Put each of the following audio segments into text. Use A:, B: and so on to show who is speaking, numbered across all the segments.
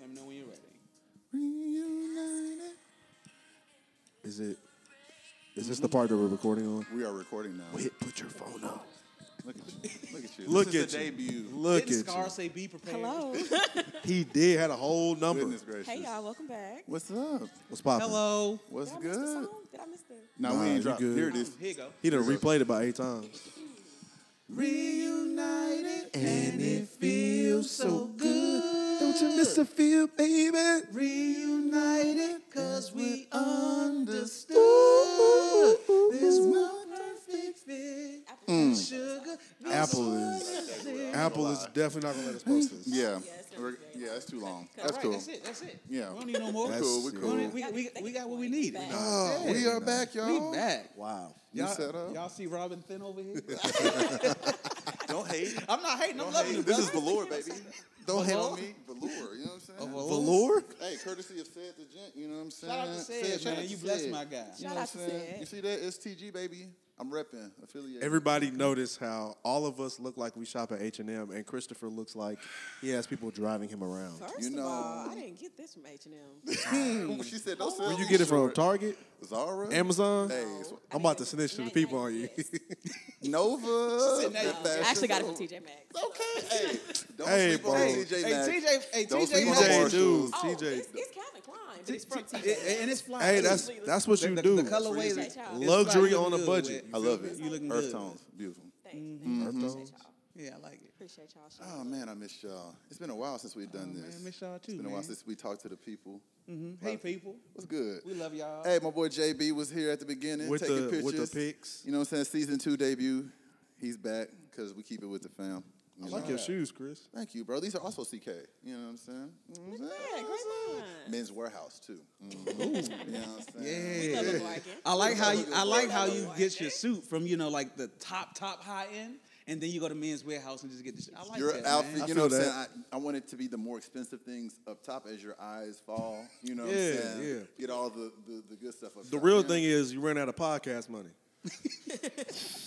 A: Let me know when you're ready.
B: Reunited. Is it? Is this the part that we're recording on?
C: We are recording now.
B: Wait, put your phone on.
C: Look at you. Look at you.
B: Look
C: this is
B: at
C: the
B: you.
C: debut.
B: Look
A: Didn't
B: at
A: Scar
B: you.
A: say be prepared?
D: Hello.
B: He did had a whole number.
C: Goodness gracious.
D: hey y'all, welcome back.
C: What's up?
B: What's poppin'?
A: Hello.
C: What's
D: Did I miss the
C: good? Hmm.
D: song? Did I miss the?
C: No,
B: Nah,
C: we
B: you
C: ain't dropped.
B: good.
C: Here it is.
A: Here you go.
B: He done replayed it about eight times.
A: Reunited and it feels so good.
B: Don't you miss a feel, baby?
A: Reunited cause we understood
B: there's
A: no perfect fit. Sugar.
B: Mm. Apple is Apple is definitely not gonna let us post this.
C: Yeah.
D: Yeah, it's
C: We're-
D: gonna be
C: yeah, that's too long.
D: Cut.
C: That's
A: right,
C: cool.
A: That's it. That's it.
C: Yeah.
A: We don't need no more.
B: That's
C: Cool. We
B: it.
C: cool.
A: We, we, we, we got what we need.
D: Back.
B: Oh, we are back, y'all.
A: We back.
B: Wow.
C: New setup.
A: Y'all, y'all see Robin Thin over here? Don't hate. I'm not hating. I'm loving
C: Hey,
A: it.
C: this
A: brother.
C: is velour, baby. Don't hate on
A: Velour?
C: me. Velour. You know what I'm saying?
A: Velour?
B: Velour?
C: Hey, courtesy of said the gent. You know what I'm saying?
A: Shout out to Sid,
C: Sid, shout
A: man.
C: out to
A: You blessed
C: Sid.
A: my guy.
C: You know
D: Shout
C: what
D: out
C: I'm
D: to
C: saying?
D: Sid.
C: You see that STG baby? I'm repping affiliate.
B: Everybody noticed how all of us look like we shop at H and M, and Christopher looks like he has people driving him around.
D: First
C: You
D: of
C: know-
D: all, I didn't get this from H and M.
C: she said, "Don't sell
B: Where you
C: these
B: get it from?
C: short."
B: Target,
C: Zara,
B: Amazon?
C: Hey, it's-
B: I'm about to snitch to the people on you.
C: Nova.
A: said, "Now you
C: Good
A: can
D: I
C: fashion.
D: actually got it from TJ Maxx.
C: Okay. Hey, don't
B: Hey,
C: sleep on
B: bro.
C: TJ
A: Hey,
C: Maxx.
A: TJ. Hey,
C: Don't
A: TJ.
C: sleep on
A: Maxx.
B: TJ,
C: Marshalls.
B: dude.
D: Oh,
B: TJ.
D: it's, it's Calvin Klein, but it's from
A: It-
D: TJ.
A: it- and it's fly.
B: Hey, that's
D: Completely.
B: that's what
A: the,
B: you
A: the,
B: do.
A: The colorways,
D: Appreciate
A: is-
D: y'all.
A: it's
B: Luxury
A: fly, you
B: on a
A: good
B: budget.
A: with.
C: I love it.
A: You looking
C: Earth
A: good.
C: tones, beautiful.
D: Thank you. Thank you. Appreciate y'all.
A: Yeah, I like it.
D: Appreciate y'all. Shout
C: Mm-hmm. Oh
D: out.
C: man, I miss y'all. It's been a while since we've done
A: Oh,
C: this.
A: man, miss y'all too,
C: It's been a while
A: man.
C: since we talked to the people.
A: Hey, people.
C: What's good?
A: We love y'all.
C: Hey, my boy JB was here at the beginning
B: With
C: taking
B: the-
C: pictures.
B: with the pics.
C: You know what I'm saying? Season two debut. He's back because we keep it with the fam. you
B: I like
C: know?
B: your shoes, Chris.
C: Thank you, bro. These are also CK. You know what I'm saying? You know what I'm
D: Yeah,
C: saying?
D: great line.
C: Men's Warehouse too. Mhm. You know what I'm saying?
A: Yeah.
D: Love Larkin.
A: I like how you, I like how you
D: Lord.
A: get your suit from you know like the top top high end, and then you go to Men's Warehouse and just get the. shit. I like
C: your
A: that,
C: outfit,
A: Man.
C: you
B: I
C: know what
B: feel
C: I'm saying?
B: that.
C: I, I want it to be the more expensive things up top as your eyes fall. You know
B: Yeah,
C: what I'm saying?
B: yeah.
C: Get all the, the, the good stuff up
B: The
C: top,
B: real
C: you know?
B: thing is you ran out of podcast money.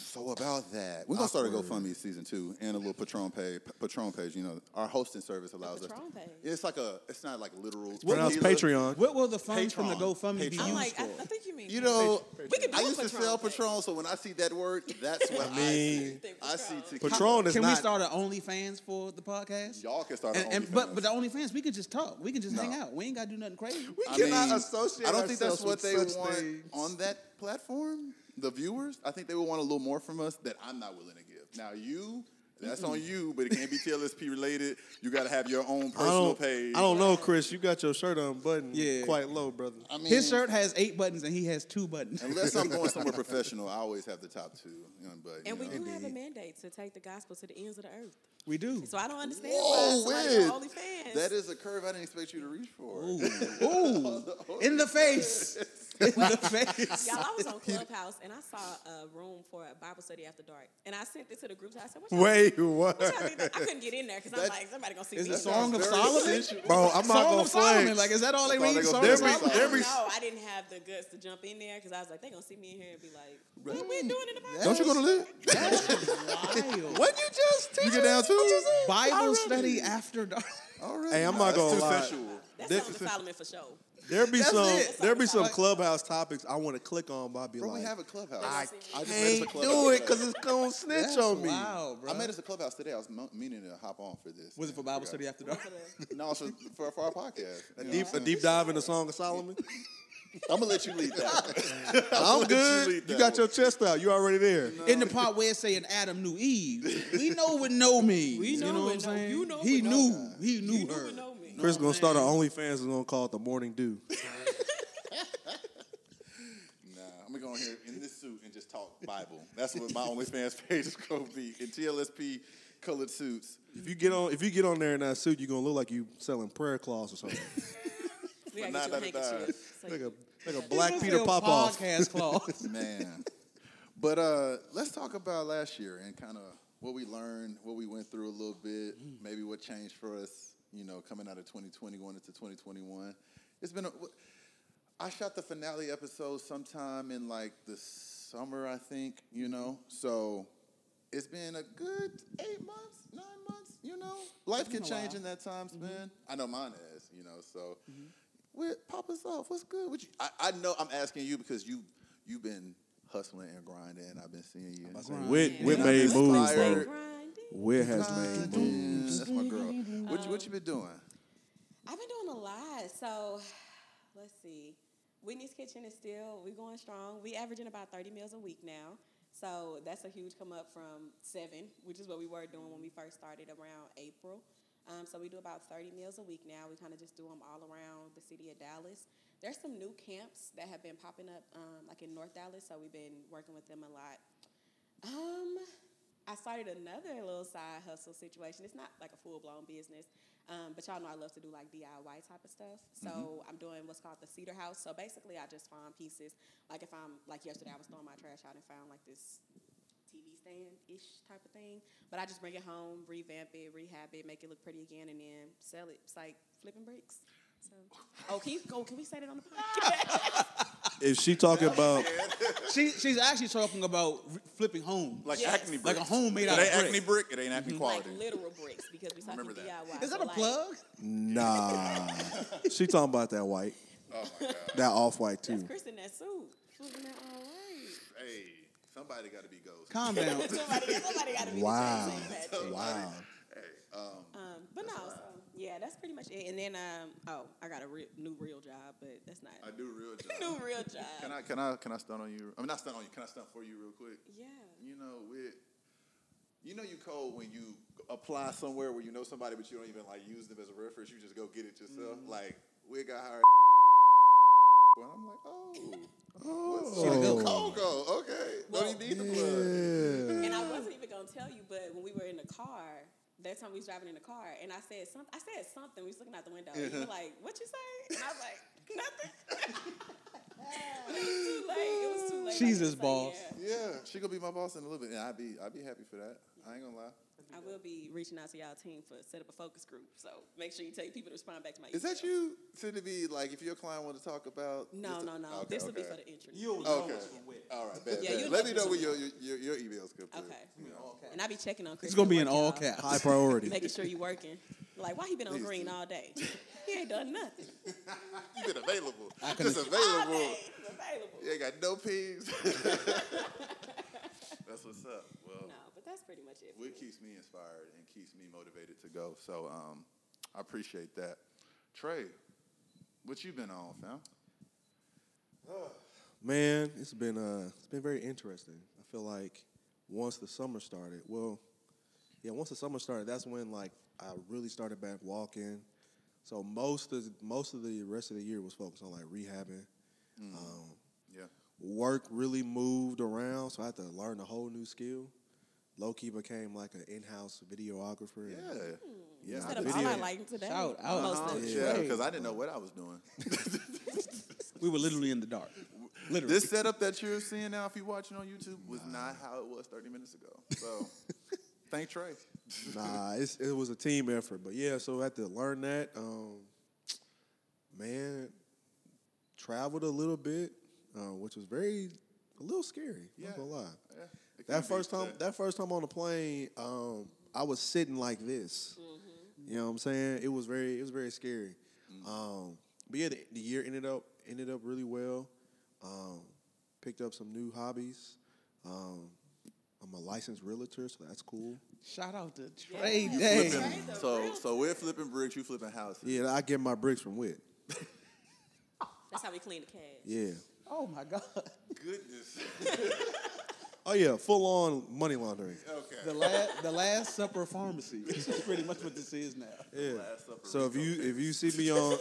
C: So about that, we're gonna start a GoFundMe season two and a little Patron page. Patron page, you know, our hosting service allows us.
D: Patron
C: To,
D: page?
C: It's like a. It's not like literal. It's
B: Pronounced Patreon.
A: What will the funds from the
C: Patron.
A: GoFundMe be used
C: Patron.
D: I'm
A: for?
D: like, I, I think you mean.
C: You know,
D: could do
C: I
D: a
C: used to
D: Patron
C: sell
D: page.
C: Patron, so when I see that word, that's what I,
B: mean,
C: see.
D: Think
C: I see.
D: Patron.
C: tequila.
B: Patron is
A: can
B: not.
A: we start an OnlyFans for the podcast?
C: Y'all can start.
A: And,
C: an
A: and, but
C: OnlyFans.
A: but the OnlyFans, we can just talk. We can just hang
C: No.
A: out. We ain't gotta do nothing crazy.
C: I
E: cannot
C: mean,
E: associate
C: I don't think that's
E: ourselves
C: what
E: with
C: they
E: such
C: want
E: things.
C: on that platform. The viewers, I think they would want a little more from us that I'm not willing to give. Now you, that's on you, but it can't be TLSP related. You got to have your own
B: I
C: personal
B: don't,
C: page.
B: I don't know, Chris. You got your shirt unbuttoned
A: Yeah.
B: quite low, brother.
C: I mean,
A: His shirt has eight buttons and he has two buttons.
C: Unless I'm going somewhere professional, I always have the top two. You know, but
D: And
C: you
D: we
C: know.
D: do have a mandate to take the gospel to the ends of the earth.
A: We do.
D: So I don't understand
C: Oh,
D: why
C: wait.
D: somebody's on OnlyFans.
C: That is a curve I didn't expect you to reach for.
A: Ooh, in the face, in the face.
D: Y'all, I was on Clubhouse and I saw a room for a Bible study after dark. And I sent it to the group. I said, what y'all,
B: Wait, what?
D: what y'all think that- I couldn't get in there because I'm like, somebody going to see
A: Is
D: me.
A: the Song of
C: Very
A: Solomon?
C: sensual.
B: Bro, I'm not
A: Song
B: gonna
A: of Solomon.
B: flex.
A: Like, is that all they
C: That's all
A: read?
C: they gonna
A: Song
C: do.
A: of
B: Every-
A: Solomon.
B: every-
D: no, I didn't have the guts to jump in there because I was like, they're going to see me in here and be like, what we doing in the Bible?
C: Don't you go to live?
A: Wild.
B: What you just
C: You get down too?
A: Bible study after dark.
C: All right.
B: Hey, I'm not gonna
C: too
B: lie.
C: sensual.
D: That's
B: This-
D: Song of Solomon for sure.
B: There be
A: That's
B: some.
A: it.
B: There be some
D: Like-
B: clubhouse topics I want to click on, but I be
C: Bro,
B: like,
C: we have a clubhouse.
D: I
C: I just made us a
B: can't
C: clubhouse
B: do it
C: today.
B: because it's gonna snitch on me.
A: Wow, bro.
C: I made us a clubhouse today. I was mo- meaning to hop on for this.
A: was it for Bible study after dark?
C: No, it's for, for, for our podcast. You know
B: Deep,
C: what
B: a
C: I'm
B: deep dive in the Song of Solomon.
C: saying? I'm gonna let you lead that.
B: I'm
C: you
B: good.
C: lead
B: You
C: that
B: got your chest out. You already there.
A: In the part where it saying Adam knew Eve, we know what know means.
D: We
A: you
D: know
A: know what
D: what
A: I'm
D: know-
A: saying?
D: you know
A: he
D: what know
A: knew. He knew
D: You
A: her.
D: don't know me.
B: Chris gonna start an OnlyFans and gonna call it the Morning Dew.
C: Nah, I'm gonna go in here in this suit and just talk Bible. That's what my OnlyFans page is gonna be in TLSP colored suits.
B: If you get on, if you get on there in that suit, you gonna look like you selling prayer cloths or something.
D: We got to
C: But
D: get you
C: not
D: a
C: at a
D: handkerchief. So
B: like a
D: you-
B: like a Black
A: This
B: Peter
A: is
B: pop off.
A: Podcast clause.
C: Man. but uh, let's talk about last year and kind of what we learned, what we went through a little bit, maybe what changed for us, you know, coming out of 2020, going into 2021. It's been, a, I shot the finale episode sometime in like the summer, I think, you know. So it's been a good eight months, nine months, you know, life
A: been
C: can
A: a
C: change
A: while. Mm-hmm.
C: in that time span. I know mine has, you know. So, we're pop us off. What's good? What you, I, I know I'm asking you because you you've been hustling and grinding. I've been seeing you.
B: Wit,
D: Yeah.
B: Wit
D: Yeah.
B: made
C: It's
B: moves,
C: fire.
B: bro.
D: Grinding.
B: Wit has made
C: Grinding.
B: moves.
C: That's my girl. What you, what you been doing?
D: I've been doing a lot. So let's see. Whitney's Kitchen is still we going strong. We averaging about thirty meals a week now. So that's a huge come up from seven, which is what we were doing when we first started around April. Um, so we do about 30 meals a week now. We kind of just do them all around the city of Dallas. There's some new camps that have been popping up, um, like in North Dallas. So we've been working with them a lot. Um, I started another little side hustle situation. It's not like a full blown business, um, but y'all know I love to do like DIY type of stuff. So
C: Mm-hmm.
D: I'm doing what's called the cedar house. So basically, I just find pieces. Like if I'm like yesterday, I was throwing my trash out and found like this TV stand ish type of thing. But I just bring it home, revamp it, rehab it, make it look pretty again, and then sell it. It's like flipping bricks. So, oh, can you go? Can we say that on the podcast?
B: If she talking about
A: She, she's actually talking about re- flipping home.
C: Like
D: Yes.
C: acne
A: Like
C: brick.
A: a home made
C: it
A: out of
C: ain't
A: brick.
C: acne brick. It ain't acne
D: like
C: quality.
D: literal bricks because we talking
C: Remember that.
D: DIY.
A: Is that a
D: so like-
A: plug?
B: nah, she talking about that white,
C: oh my god.
B: that off white too.
C: Mm.
D: That's Chris in that suit. Flipping that all right.
C: Hey, somebody got to be ghost.
A: Calm down.
D: somebody, somebody got to be
B: Wow,
D: the change agent.
B: wow.
D: Um, but no, so, yeah, that's pretty much it. And then, um, oh, I got a re- new real job, but that's not
C: I do real
D: new
C: job.
D: real job.
C: can I can I can I stunt on you? I mean, not stunt on you. Can I stunt for you real quick?
D: yeah.
C: You know, with you know you cold when you apply somewhere where you know somebody, but you don't even like use them as a reference. You just go get it yourself.
D: Mm-hmm.
C: Like we got hired. Well, I'm like, oh, oh, she the good Coco. Okay,
D: Well,
C: don't even need the
D: And I wasn't even gonna tell you, but when we were in the car, that time we was driving in the car, and I said something. I said something. We was looking out the window.
C: Uh-huh.
D: And you were like, "What you say?" And I was like, "Nothing." But it was too late. It was too late. Like,
A: Jesus
D: it's like,
A: balls.
D: yeah.
C: blood. Yeah, she gonna be my boss in a little bit, and I'd be I'd be happy for that. I ain't gonna lie.
D: I will be reaching out to y'all team for set up a focus group. So make sure you tell people to respond back to my.
C: Is that
D: emails.
C: you? Tend to be like if your client want to talk about?
D: No,
C: just-
D: no, no.
C: Okay,
D: this will be
C: okay.
D: for the intro.
C: Okay. All right, bet,
D: Yeah,
C: bet.
D: you'll
C: Let me
D: know who's
C: know when your,
D: gonna
C: your your your emails come through.
D: Okay. And I be checking on Chris.
A: It's gonna be
D: at
A: in
D: work,
A: all
D: y'all,
A: caps.
B: High priority.
D: Making sure you working. Like, why he been on
C: Please
D: green
C: do.
D: all day? He ain't done nothing.
C: You've been available.
A: can-
C: Just
D: All
C: available.
D: day. He's available.
C: You ain't got no peas. That's what's up. Well,
D: No, but that's pretty much it. for
C: what
D: me.
C: keeps me inspired and keeps me motivated to go. So um, I appreciate that. Trey, what you been on, fam?
B: Man, it's been uh, it's been very interesting. I feel like once the summer started, well, yeah, once the summer started, that's when like I really started back walking. So most of most of the rest of the year was focused on like rehabbing.
C: Mm.
B: Um,
C: Yeah.
B: work really moved around, so I had to learn a whole new skill. Low key became like an in-house videographer.
C: Yeah.
B: and,
D: Hmm.
B: you know,
D: Set up all
B: video-
D: my lighting today.
A: Shout out.
D: Most
C: Uh-huh.
D: of it.
C: Yeah,
B: Trey.
C: because I didn't know what I was doing.
A: We were literally in the dark. Literally.
C: this setup that you're seeing now, if you're watching on YouTube, was not how it was 30 minutes ago. So thank Trey.
B: nah, it's, it was a team effort. But yeah, so I had to learn that. Um, man, traveled a little bit, uh, which was very a little scary.
C: Yeah.
B: Not gonna lie.
C: Yeah, it can
B: That
C: be
B: first time,
C: said.
B: that first time on the plane, um, I was sitting like this.
C: Mm-hmm.
B: You know what I'm saying? It was very, it was very scary.
C: Mm.
B: Um, but yeah, the, the year ended up ended up really well. Um, picked up some new hobbies. Um, I'm a licensed realtor, so that's cool.
A: Shout out to Trey
D: You
A: Day.
D: flipping. Trey the
C: So
D: real
C: so we're flipping bricks, you flipping houses.
B: Yeah, I get my bricks from Wit.
D: That's how we clean the cash.
B: Yeah.
A: Oh my God.
C: Goodness.
B: Oh yeah, full on money laundering.
A: The
C: Okay.
A: last, the last supper pharmacy. This is pretty much what this is now.
B: Yeah.
C: Last Supper
B: So if you if you see me on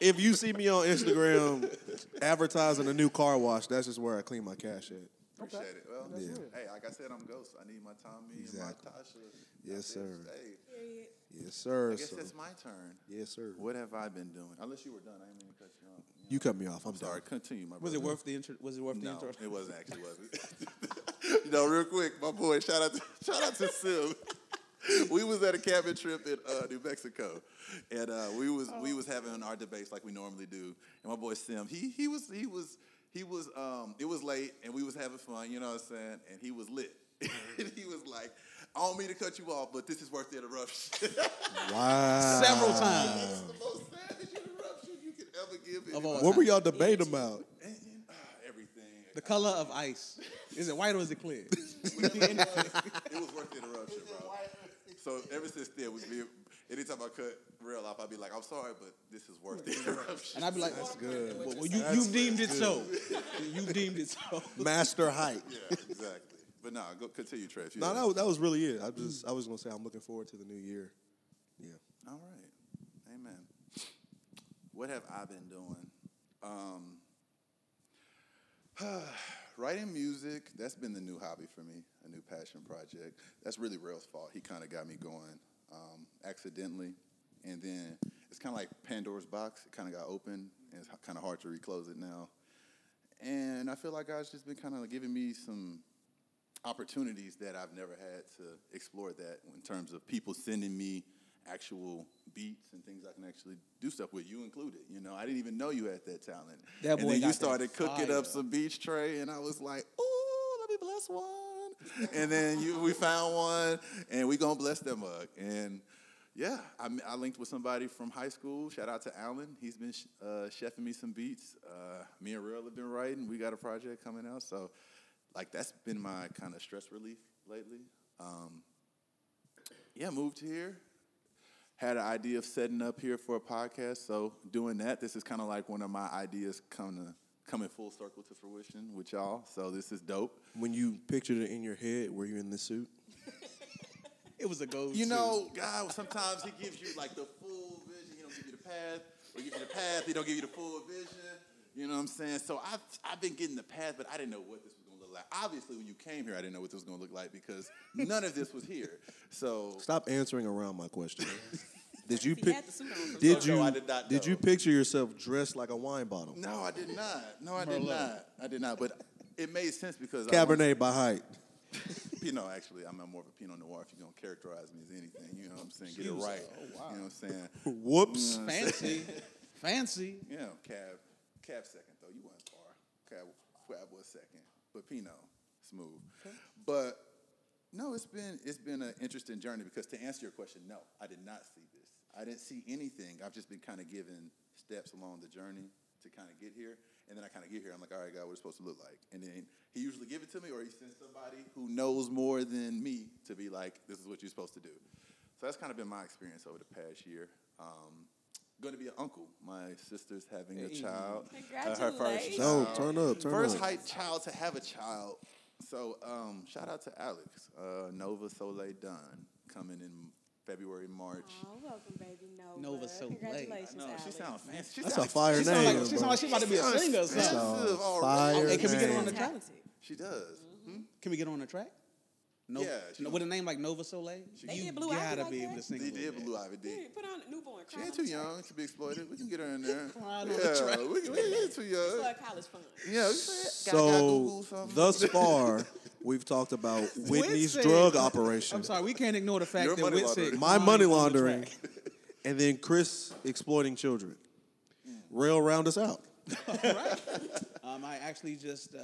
B: if you see me on Instagram advertising a new car wash, that's just where I clean my cash at.
C: Appreciate it. Well,
B: That's Yeah.
C: hey, like I said, I'm ghost. I need my Tommy
B: Exactly.
C: and my Tasha.
B: Yes,
C: That's it.
B: sir.
C: Hey,
D: Period.
B: Yes, sir.
C: I guess
B: So-
C: it's my turn.
B: yes, sir.
C: What have I been doing? Unless you were done, I didn't mean to cut you off. You
B: You cut me off. I'm
C: know. Sorry,
B: sorry.
C: continue, my
A: Was it
C: brother.
A: worth the intro? Was it worth the
C: No,
A: intro?
C: it wasn't actually, was it? you know, real quick, my boy, shout out to, shout out to Sim. we was at a cabin trip in uh, New Mexico, and uh, we was we
A: Oh.
C: was having our debates like we normally do. And my boy Sim, he he was he was he was um it was late, and we was having fun, you know what I'm saying? And he was lit. and he was like, I don't mean to cut you off, but this is worth the interruption.
B: Wow.
A: Several times.
C: It's the most savage interruption you could ever
A: Of
C: give.
A: all
C: anyone.
A: time.
B: What were y'all debating about?
C: And, and, ah, everything.
A: The color of ice. Is it white or is it clear?
C: it was worth the interruption, bro. So ever since then, we be, anytime I cut real off, I'd be like, I'm sorry, but this is worth the interruption.
A: And I'd be like,
B: That's good.
A: well, well, you, you deemed it so. You deemed it so.
B: Master height.
C: yeah, exactly. But nah, go continue, Trash. You
B: No,
C: had-
B: that was, that was really it. I just I was gonna say I'm looking forward to the new year. Yeah.
C: All right. Amen. What have I been doing? Um, writing music, that's been the new hobby for me, a new passion project. That's really Rail's fault. He kind of got me going um, accidentally. And then it's kind of like Pandora's box. It kind of got open, and it's kind of hard to reclose it now. And I feel like God's just been kind of giving me some opportunities that I've never had to explore that in terms of people sending me actual beats and things I can actually do stuff with, you included. You know, I didn't even know you had that talent.
A: That boy
C: and then
A: got
C: you
A: that
C: started cooking
A: fire.
C: up some beach tray, and I was like, ooh, let me bless one. and then you, we found one, and we gonna bless that mug. And yeah, I, m- I linked with somebody from high school. Shout out to Alan. He's been sh- uh, chefing me some beats. Uh, me and Real have been writing. We got a project coming out, so like that's been my kind of stress relief lately. Um, yeah, moved here. Had an idea of setting up here for a podcast, so doing that. This is kind of like one of my ideas come to coming full circle to fruition with y'all. So this is dope.
B: When you pictured it in your head, were you in the suit?
A: It was a gold.
C: You know, God, sometimes He gives you like the full vision. He don't give you the path. Or give you the path. He don't give you the full vision. You know what I'm saying? So I've, I've been getting the path, but I didn't know what this was going to look like. Obviously, when you came here, I didn't know what this was going to look like because none of this was here. So
B: Stop answering around my question. did you
D: He
B: pic-
D: had the suit on for
B: did
C: No,
B: you
C: I did not know.
B: you picture yourself dressed like a wine bottle?
C: No, I did not. No, I did
A: Merlot.
C: not. I did not. But it made sense because I
B: Cabernet by height.
C: was, Pinot. Actually, I'm more of a Pinot Noir. If you're gonna characterize me as anything, you know what I'm saying. Get it
A: Jeez.
C: right.
A: Oh, wow.
C: You know what I'm saying.
B: Whoops.
A: fancy. fancy.
C: Yeah, Cab. Cab second though. You weren't far. Cab, Cab was second, but Pinot smooth. But no, it's been it's been an interesting journey because to answer your question, no, I did not see this. I didn't see anything. I've just been kind of given steps along the journey to kind of get here, and then I kind of get here. I'm like, all right, God, what it's supposed to look like, and then He usually give it to me, or He sends somebody who knows more than me to be like, this is what you're supposed to do. So that's kind of been my experience over the past year. Um, going to be an uncle. My sister's having a child. Uh, her first
D: Congratulations.
B: No, turn up, turn
C: first
B: up.
C: height child to have a child. So um, shout out to Alex uh, Nova Soleil Dunn coming in February March.
D: Oh, welcome, baby Nova.
A: Nova Soleil.
D: Congratulations,
C: No, she
D: Alex.
C: sounds fancy. She
B: That's a
C: sound-
B: fire
A: She
B: name.
A: sound like, she
B: bro.
A: sound like she about to be a
C: sounds
A: singer or
C: expensive
A: something.
B: Sounds
C: already.
B: fire
A: Hey, can we get her on
B: name.
A: the track?
D: Talented.
C: She does. Hmm?
A: Can we get her on the track? No,
C: Yeah, she-
A: with a name like Nova Soleil,
D: They
A: you
D: did Blue Ivy
A: gotta
D: like
A: be
D: that?
A: able to sing. a
C: They
A: little
C: did
A: bit.
C: Blue Ivy did.
D: Yeah, Put on newborn.
C: She
D: cry
C: ain't
D: on
C: too
D: the track.
C: young to be exploited. We can get her in there.
A: Crying on the
C: yeah,
A: track.
C: we, we ain't too young.
D: For a college fund.
C: Yeah, we
B: So thus far, we've talked about Whitney's
A: Whitsick.
B: drug operation,
A: I'm sorry, we can't ignore the fact
C: Your
A: that
C: money
A: Whitsick
C: laundering.
B: my
A: climbed
B: money
A: on the
B: laundering,
A: track.
B: and then Chris exploiting children.
C: Hmm.
B: Rail round us out.
A: Um, I actually just uh,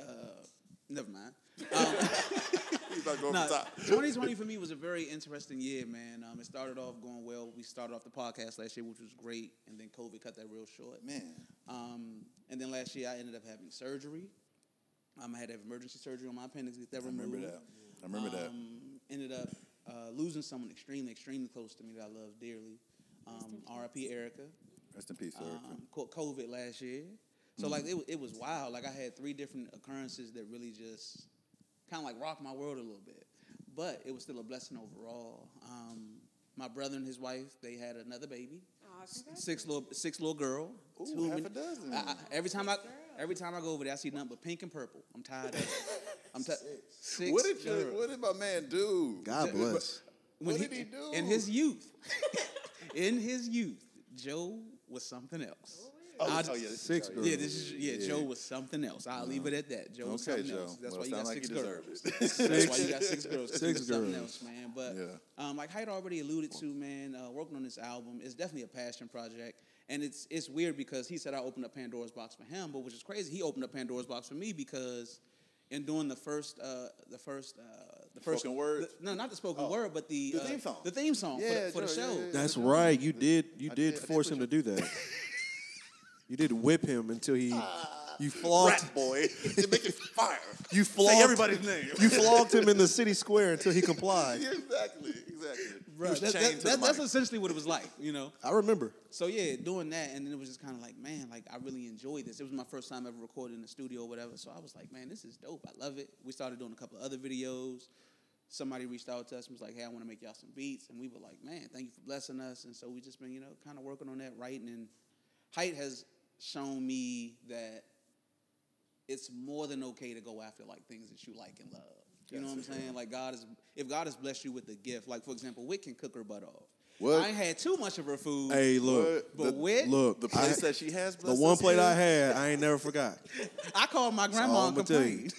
A: never mind.
C: He's not going
A: No,
C: for top.
A: 2020 for me was a very interesting year, man. Um, it started off going well. We started off the podcast last year, which was great, and then COVID cut that real short.
C: Man,
A: Um, and then last year I ended up having surgery. Um, I had to have emergency surgery on my appendix. to Get that
C: I remember
A: removed.
C: that. I remember that.
A: Um, ended up uh, losing someone extremely, extremely close to me that I love dearly. Um, R.I.P. Erica.
C: Rest in peace, sir.
A: Um, caught COVID last year, so like it, wa- it was wild. Like I had three different occurrences that really just kind of like rocked my world a little bit, but it was still a blessing overall. Um, my brother and his wife they had another baby,
D: Aw,
A: S-
D: congratulations.
A: six little six little girl.
C: Ooh,
A: two
C: half
A: min-
C: a dozen.
A: I- I- every time I every time I go over there, I see nothing but pink and purple. I'm tired of it. I'm tired. Six.
C: what did
A: girls.
C: you, what did my man do?
B: God bless.
A: When
C: What did he
A: In
C: do?
A: his youth. in his youth, Joe was something else. I'll-
C: oh, yeah, this is
B: Six
C: Joe,
B: girls.
A: yeah, this is yeah,
C: Yeah.
A: Joe was something else. I'll leave it at that. Joe was
C: Okay,
A: something
C: Joe.
A: else. That's
C: Well,
A: why you got
C: sound like
A: six
C: you
A: girls.
C: deserve
A: That's why you got six girls. 'cause he
B: Six
A: was something
B: girls.
A: else, man. But
C: Yeah.
A: um, like Hyde already alluded to, man, uh, working on this album is definitely a passion project. And it's it's weird because he said I opened up Pandora's box for him, but which is crazy. He opened up Pandora's box for me because and doing the first, uh, the first, uh, the first
C: Spoken word?
A: the- no, not the spoken
C: Oh.
A: word, but the
C: The
A: uh,
C: theme song.
A: The theme song for,
C: Yeah,
A: the, for the
C: sure, yeah,
A: show.
C: yeah, yeah.
B: That's right. You did. You did,
C: I did- I did
B: force
C: push
B: him to do that. you did whip him until he. You flogged.
C: Ah, Rat boy, to make it fire.
B: You flogged.
C: Say everybody's name.
B: You flogged him in the city square until he complied.
C: Yeah, exactly, exactly. He
A: Bruh,
C: was
A: that-
C: chained
A: that-
C: to the
A: that- that's
C: mic.
A: essentially what it was like, you know.
B: I remember.
A: So yeah, doing that, and then it was just kind of like, man, like I really enjoyed this. It was my first time ever recording in the studio or whatever. So I was like, man, this is dope. I love it. We started doing a couple of other videos. Somebody reached out to us and was like, hey, I want to make y'all some beats, and we were like, man, thank you for blessing us. And so we just been, you know, kind of working on that, writing. And Height has shown me that it's more than okay to go after like things that you like and love. You know what I'm saying? Like God is, if God has blessed you with a gift, like for example, Wit can cook her butt off.
C: What?
A: I ain't had too much of her food.
B: Hey, look.
C: What?
A: But
C: The-
A: with
B: Look.
C: The
B: I-
C: place that she has
B: the
C: blessed
B: one
C: us
B: plate
C: in,
B: I had, I ain't never forgot.
A: I called my
B: all
A: grandma and
B: I'ma tell you.
A: complained.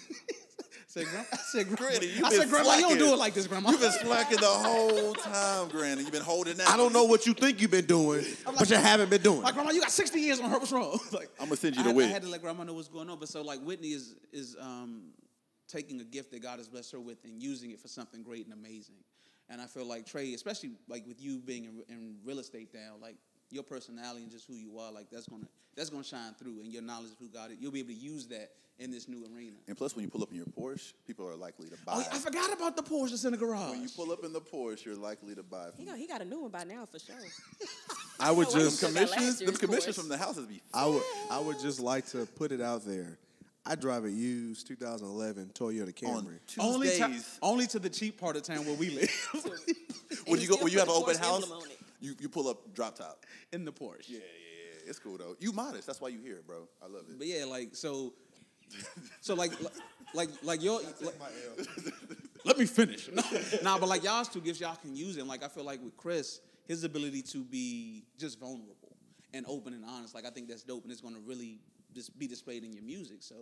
A: said, "Gran- I said, grandma,
C: Granny, you
A: I
C: been
A: said, grandma, you don't do
C: slacking.
A: it like this, grandma.
C: You've been slacking the whole time, Granny. You've been holding out.
B: I don't know what you think you've been doing, but you haven't been doing.
A: like, grandma, you got 60 years on her. What's wrong? like,
C: I'ma send you
A: I
C: to
A: had-
C: Whitney.
A: I had to let grandma know what's going on. But so, like, Whitney is is um, taking a gift that God has blessed her with and using it for something great and amazing. And I feel like Trey, especially like with you being in, in real estate now, like your personality and just who you are, like that's gonna that's gonna shine through, and your knowledge of who God is, you'll be able to use that in this new arena.
C: And plus, when you pull up in your Porsche, people are likely to buy.
A: Oh, I forgot about the Porsche that's in the garage.
C: When you pull up in the Porsche, you're likely to buy.
D: He,
C: From
D: got, he got a new one by now for sure.
B: I would
D: Like,
B: just,
D: come-
C: commissions,
D: last
C: them
D: year's
C: commissions
D: Porsche.
C: from the houses be.
B: I would, I would just like to put it out there. I drive a used 2011 Toyota
C: On
B: Camry.
C: Tuesdays,
A: Only, to, only to the cheap part of town where we live,
C: when you
D: And he
C: go,
D: still
C: when you have
D: put the
C: an open
D: Porsche
C: house,
D: emblem on it.
C: you, you pull up drop top.
A: in the Porsche.
C: Yeah, yeah, yeah. It's cool though. You modest, that's why you here, bro. I love it.
A: But yeah, like so, so like li- like like your. Like, let me finish. No, nah, but like y'all's two gifts, y'all can use it. And like I feel like with Chris, his ability to be just vulnerable and open and honest, like I think that's dope, and it's going to really just be displayed in your music. So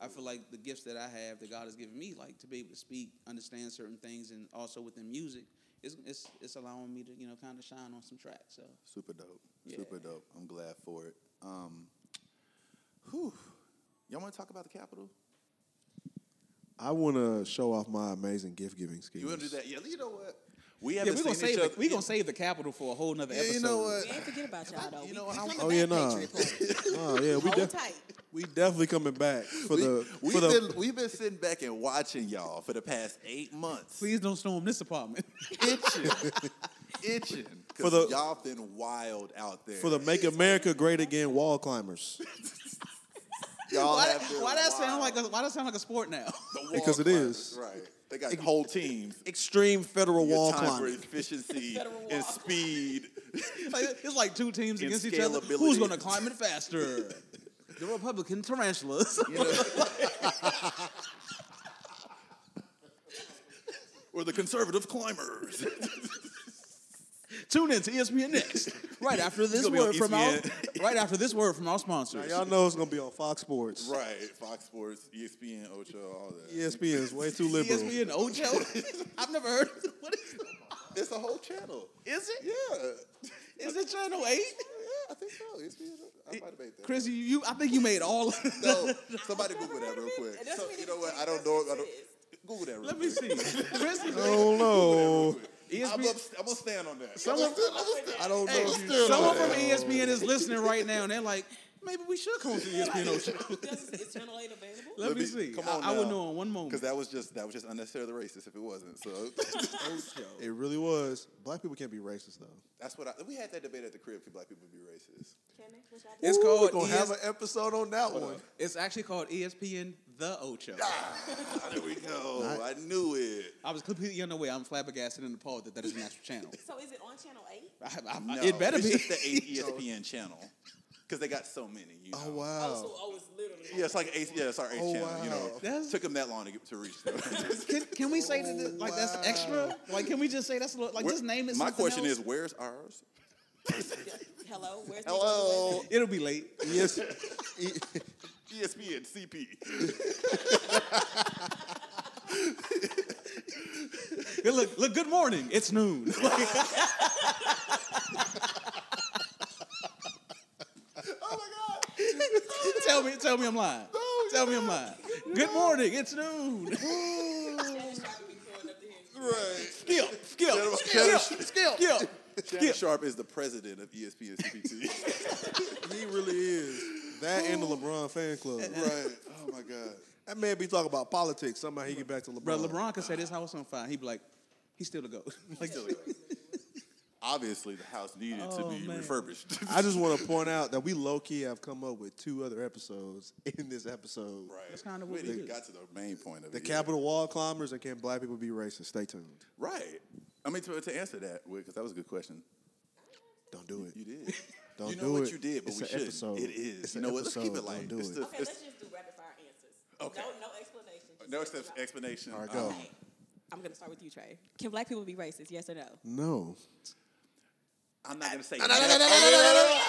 A: I feel like the gifts that I have that God has given me, like to be able to speak, understand certain things, and also within music, it's it's, it's allowing me to you know kind of shine on some tracks. So
C: Super dope.
A: Yeah.
C: Super dope. I'm glad for it. Um, whew. Y'all want to talk about the Capitol?
B: I want to show off my amazing gift giving skills.
C: You want to do that? Yeah, you know what? We
A: yeah,
C: haven't
A: we're gonna
C: seen each
A: save the,
C: other-
A: we gonna save the capital for a whole nother
C: Yeah,
A: episode.
C: you know
D: We ain't
C: what?
D: forget about y'all though.
C: You
D: We-
C: know
D: we
C: what? I'm-
D: coming
B: Oh, yeah,
D: back,
B: nah.
D: Patriot Party.
B: Oh yeah, we,
D: Hold
B: def-
D: tight.
B: we definitely coming back for
C: we,
B: the
C: we've,
B: for the
C: been, we've been sitting back and watching y'all for the past eight months.
A: Please don't storm this apartment.
C: itching, itching.
B: For
C: For
B: the-
C: y'all been wild out there.
B: for the Make America Great Again wall climbers
C: y'all
A: why
C: have been
A: why that sound
C: wild.
A: like a, why that sound like a sport now?
C: The wall
B: Because it
C: climbers,
B: is.
C: right. They got whole teams.
B: extreme federal
C: Your
B: wall
C: time
B: climbing.
C: for efficiency
D: Federal wall.
C: and speed.
A: Like, it's like two teams
C: And
A: against each other.
C: scalability.
A: Who's gonna climb it faster? the Republican tarantulas.
C: Or the conservative climbers.
A: Tune in to E ESPN next. Right after this
C: gonna be on E
A: word from our
C: ESPN.
A: right after this word from our sponsors.
B: Y'all know it's gonna be on Fox Sports.
C: right. Fox Sports, E ESPN, Ocho, all that.
B: ESPN E is way too liberal.
A: ESPN Ocho. I've never heard. Of What
C: It's a whole channel.
A: is, is
C: Yeah.
A: it? Is it Channel Eight?
C: Yeah, I think so. E ESPN. I might have made that.
A: Chris, you, you I think you made all.
C: No, somebody Google
D: Never
C: that
D: heard of
C: real
D: it?
C: quick.
D: It doesn't
C: So,
D: mean
C: you know what?
D: anything.
C: I don't
D: That's
C: know.
D: what
C: I
D: it
C: don't, Google that real
A: Let me
C: quick.
A: see. Chris, E
B: I don't know.
C: I'm,
A: ESPN,
C: up, I'm gonna stand on that.
A: Someone-
B: I don't know.
A: Hey,
B: if you
A: someone from ESPN is listening right now, and they're like, maybe we should come to E ESPN Ocean.
D: Does- Is Channel 8 available?
A: Let, me,
C: me-
A: see.
C: come
A: I-
C: on
A: I, would
C: now.
A: know in one moment.
C: Because that was just that was just unnecessarily racist if it wasn't. So
B: It really was. Black people can't be racist though.
C: that's what I, we had that debate at the crib. Could black people be racist?
D: Can they? Which I do.
A: It's
B: Ooh,
A: called
B: We're gonna
A: ES
B: have an episode on that one.
A: It's actually called E ESPN The Ocho.
C: Ah, there we go. I knew it.
A: I was completely unaware. I'm flabbergasted and appalled that that is an actual channel.
D: So is it on Channel 8?
A: I, I,
C: No,
A: it better
C: it's
A: be.
C: just the E eighth ESPN channel because they got so many. You know?
B: Oh
D: Oh,
B: wow.
D: so oh, it's literally.
C: Yeah, it's like eighth. Yeah, it's our eighth
B: Oh,
C: channel. You
B: wow.
C: know,
A: That's-
C: took them that long to get to reach. Them.
A: can, can we say that this, like that's
B: wow.
A: extra? Like, can we just say that's a little- like
C: Where-
A: just name it?
C: My
A: something
C: question
A: else?
C: is, where's ours?
D: Hello, where's the
C: Hello.
D: Hello.
A: it'll be late.
B: Yes.
C: ESPN CP.
A: Hey, look, look. Good morning. It's noon.
C: oh my god.
A: tell me, tell me I'm lying.
C: No,
A: tell me
C: you're
A: I'm
C: not.
A: lying. Good morning, it's noon.
C: Right.
A: Skip, skip,
C: Shut up,
A: skip,
C: shut
A: skip, skip.
C: Shannon Sharp is the president of E ESPN CPT.
B: He really is. That and the LeBron fan club.
C: right. Oh my God.
B: That man be talking about politics. Somehow he get back to LeBron.
A: Bro, LeBron could set his house on fire. He'd be like, he's still the goat. like,
C: Obviously, the house needed
A: Oh,
C: to be
A: man.
C: refurbished.
B: I just want to point out that we low key have come up with two other episodes in this episode.
C: right.
A: That's kinda
C: We
A: what we
C: didn't
A: do.
C: got to the main point of
B: The
C: it. yet.
B: Capitol Wall climbers and can black people be racist? Stay tuned.
C: Right. I mean, to, to answer that, because that was a good question.
B: Don't do it.
C: You did.
B: Don't
C: you know
B: do
C: what
B: it.
C: you did, but
B: It's
C: we
B: an
C: should.
B: episode.
C: It is.
B: It's
C: you
B: an
C: know what? Let's keep it
B: episode.
C: light.
B: Don't
C: it's
B: do
C: the,
B: it.
D: Okay,
C: it's,
D: let's just do rapid fire answers.
C: Okay.
D: No, no explanation. just
C: no
D: let's
C: ex-
D: go.
C: explanation.
B: All right, go.
C: Um,
D: I'm gonna start with you, Trey. Can black people be racist? Yes or no?
B: No.
C: I'm not gonna say. yes.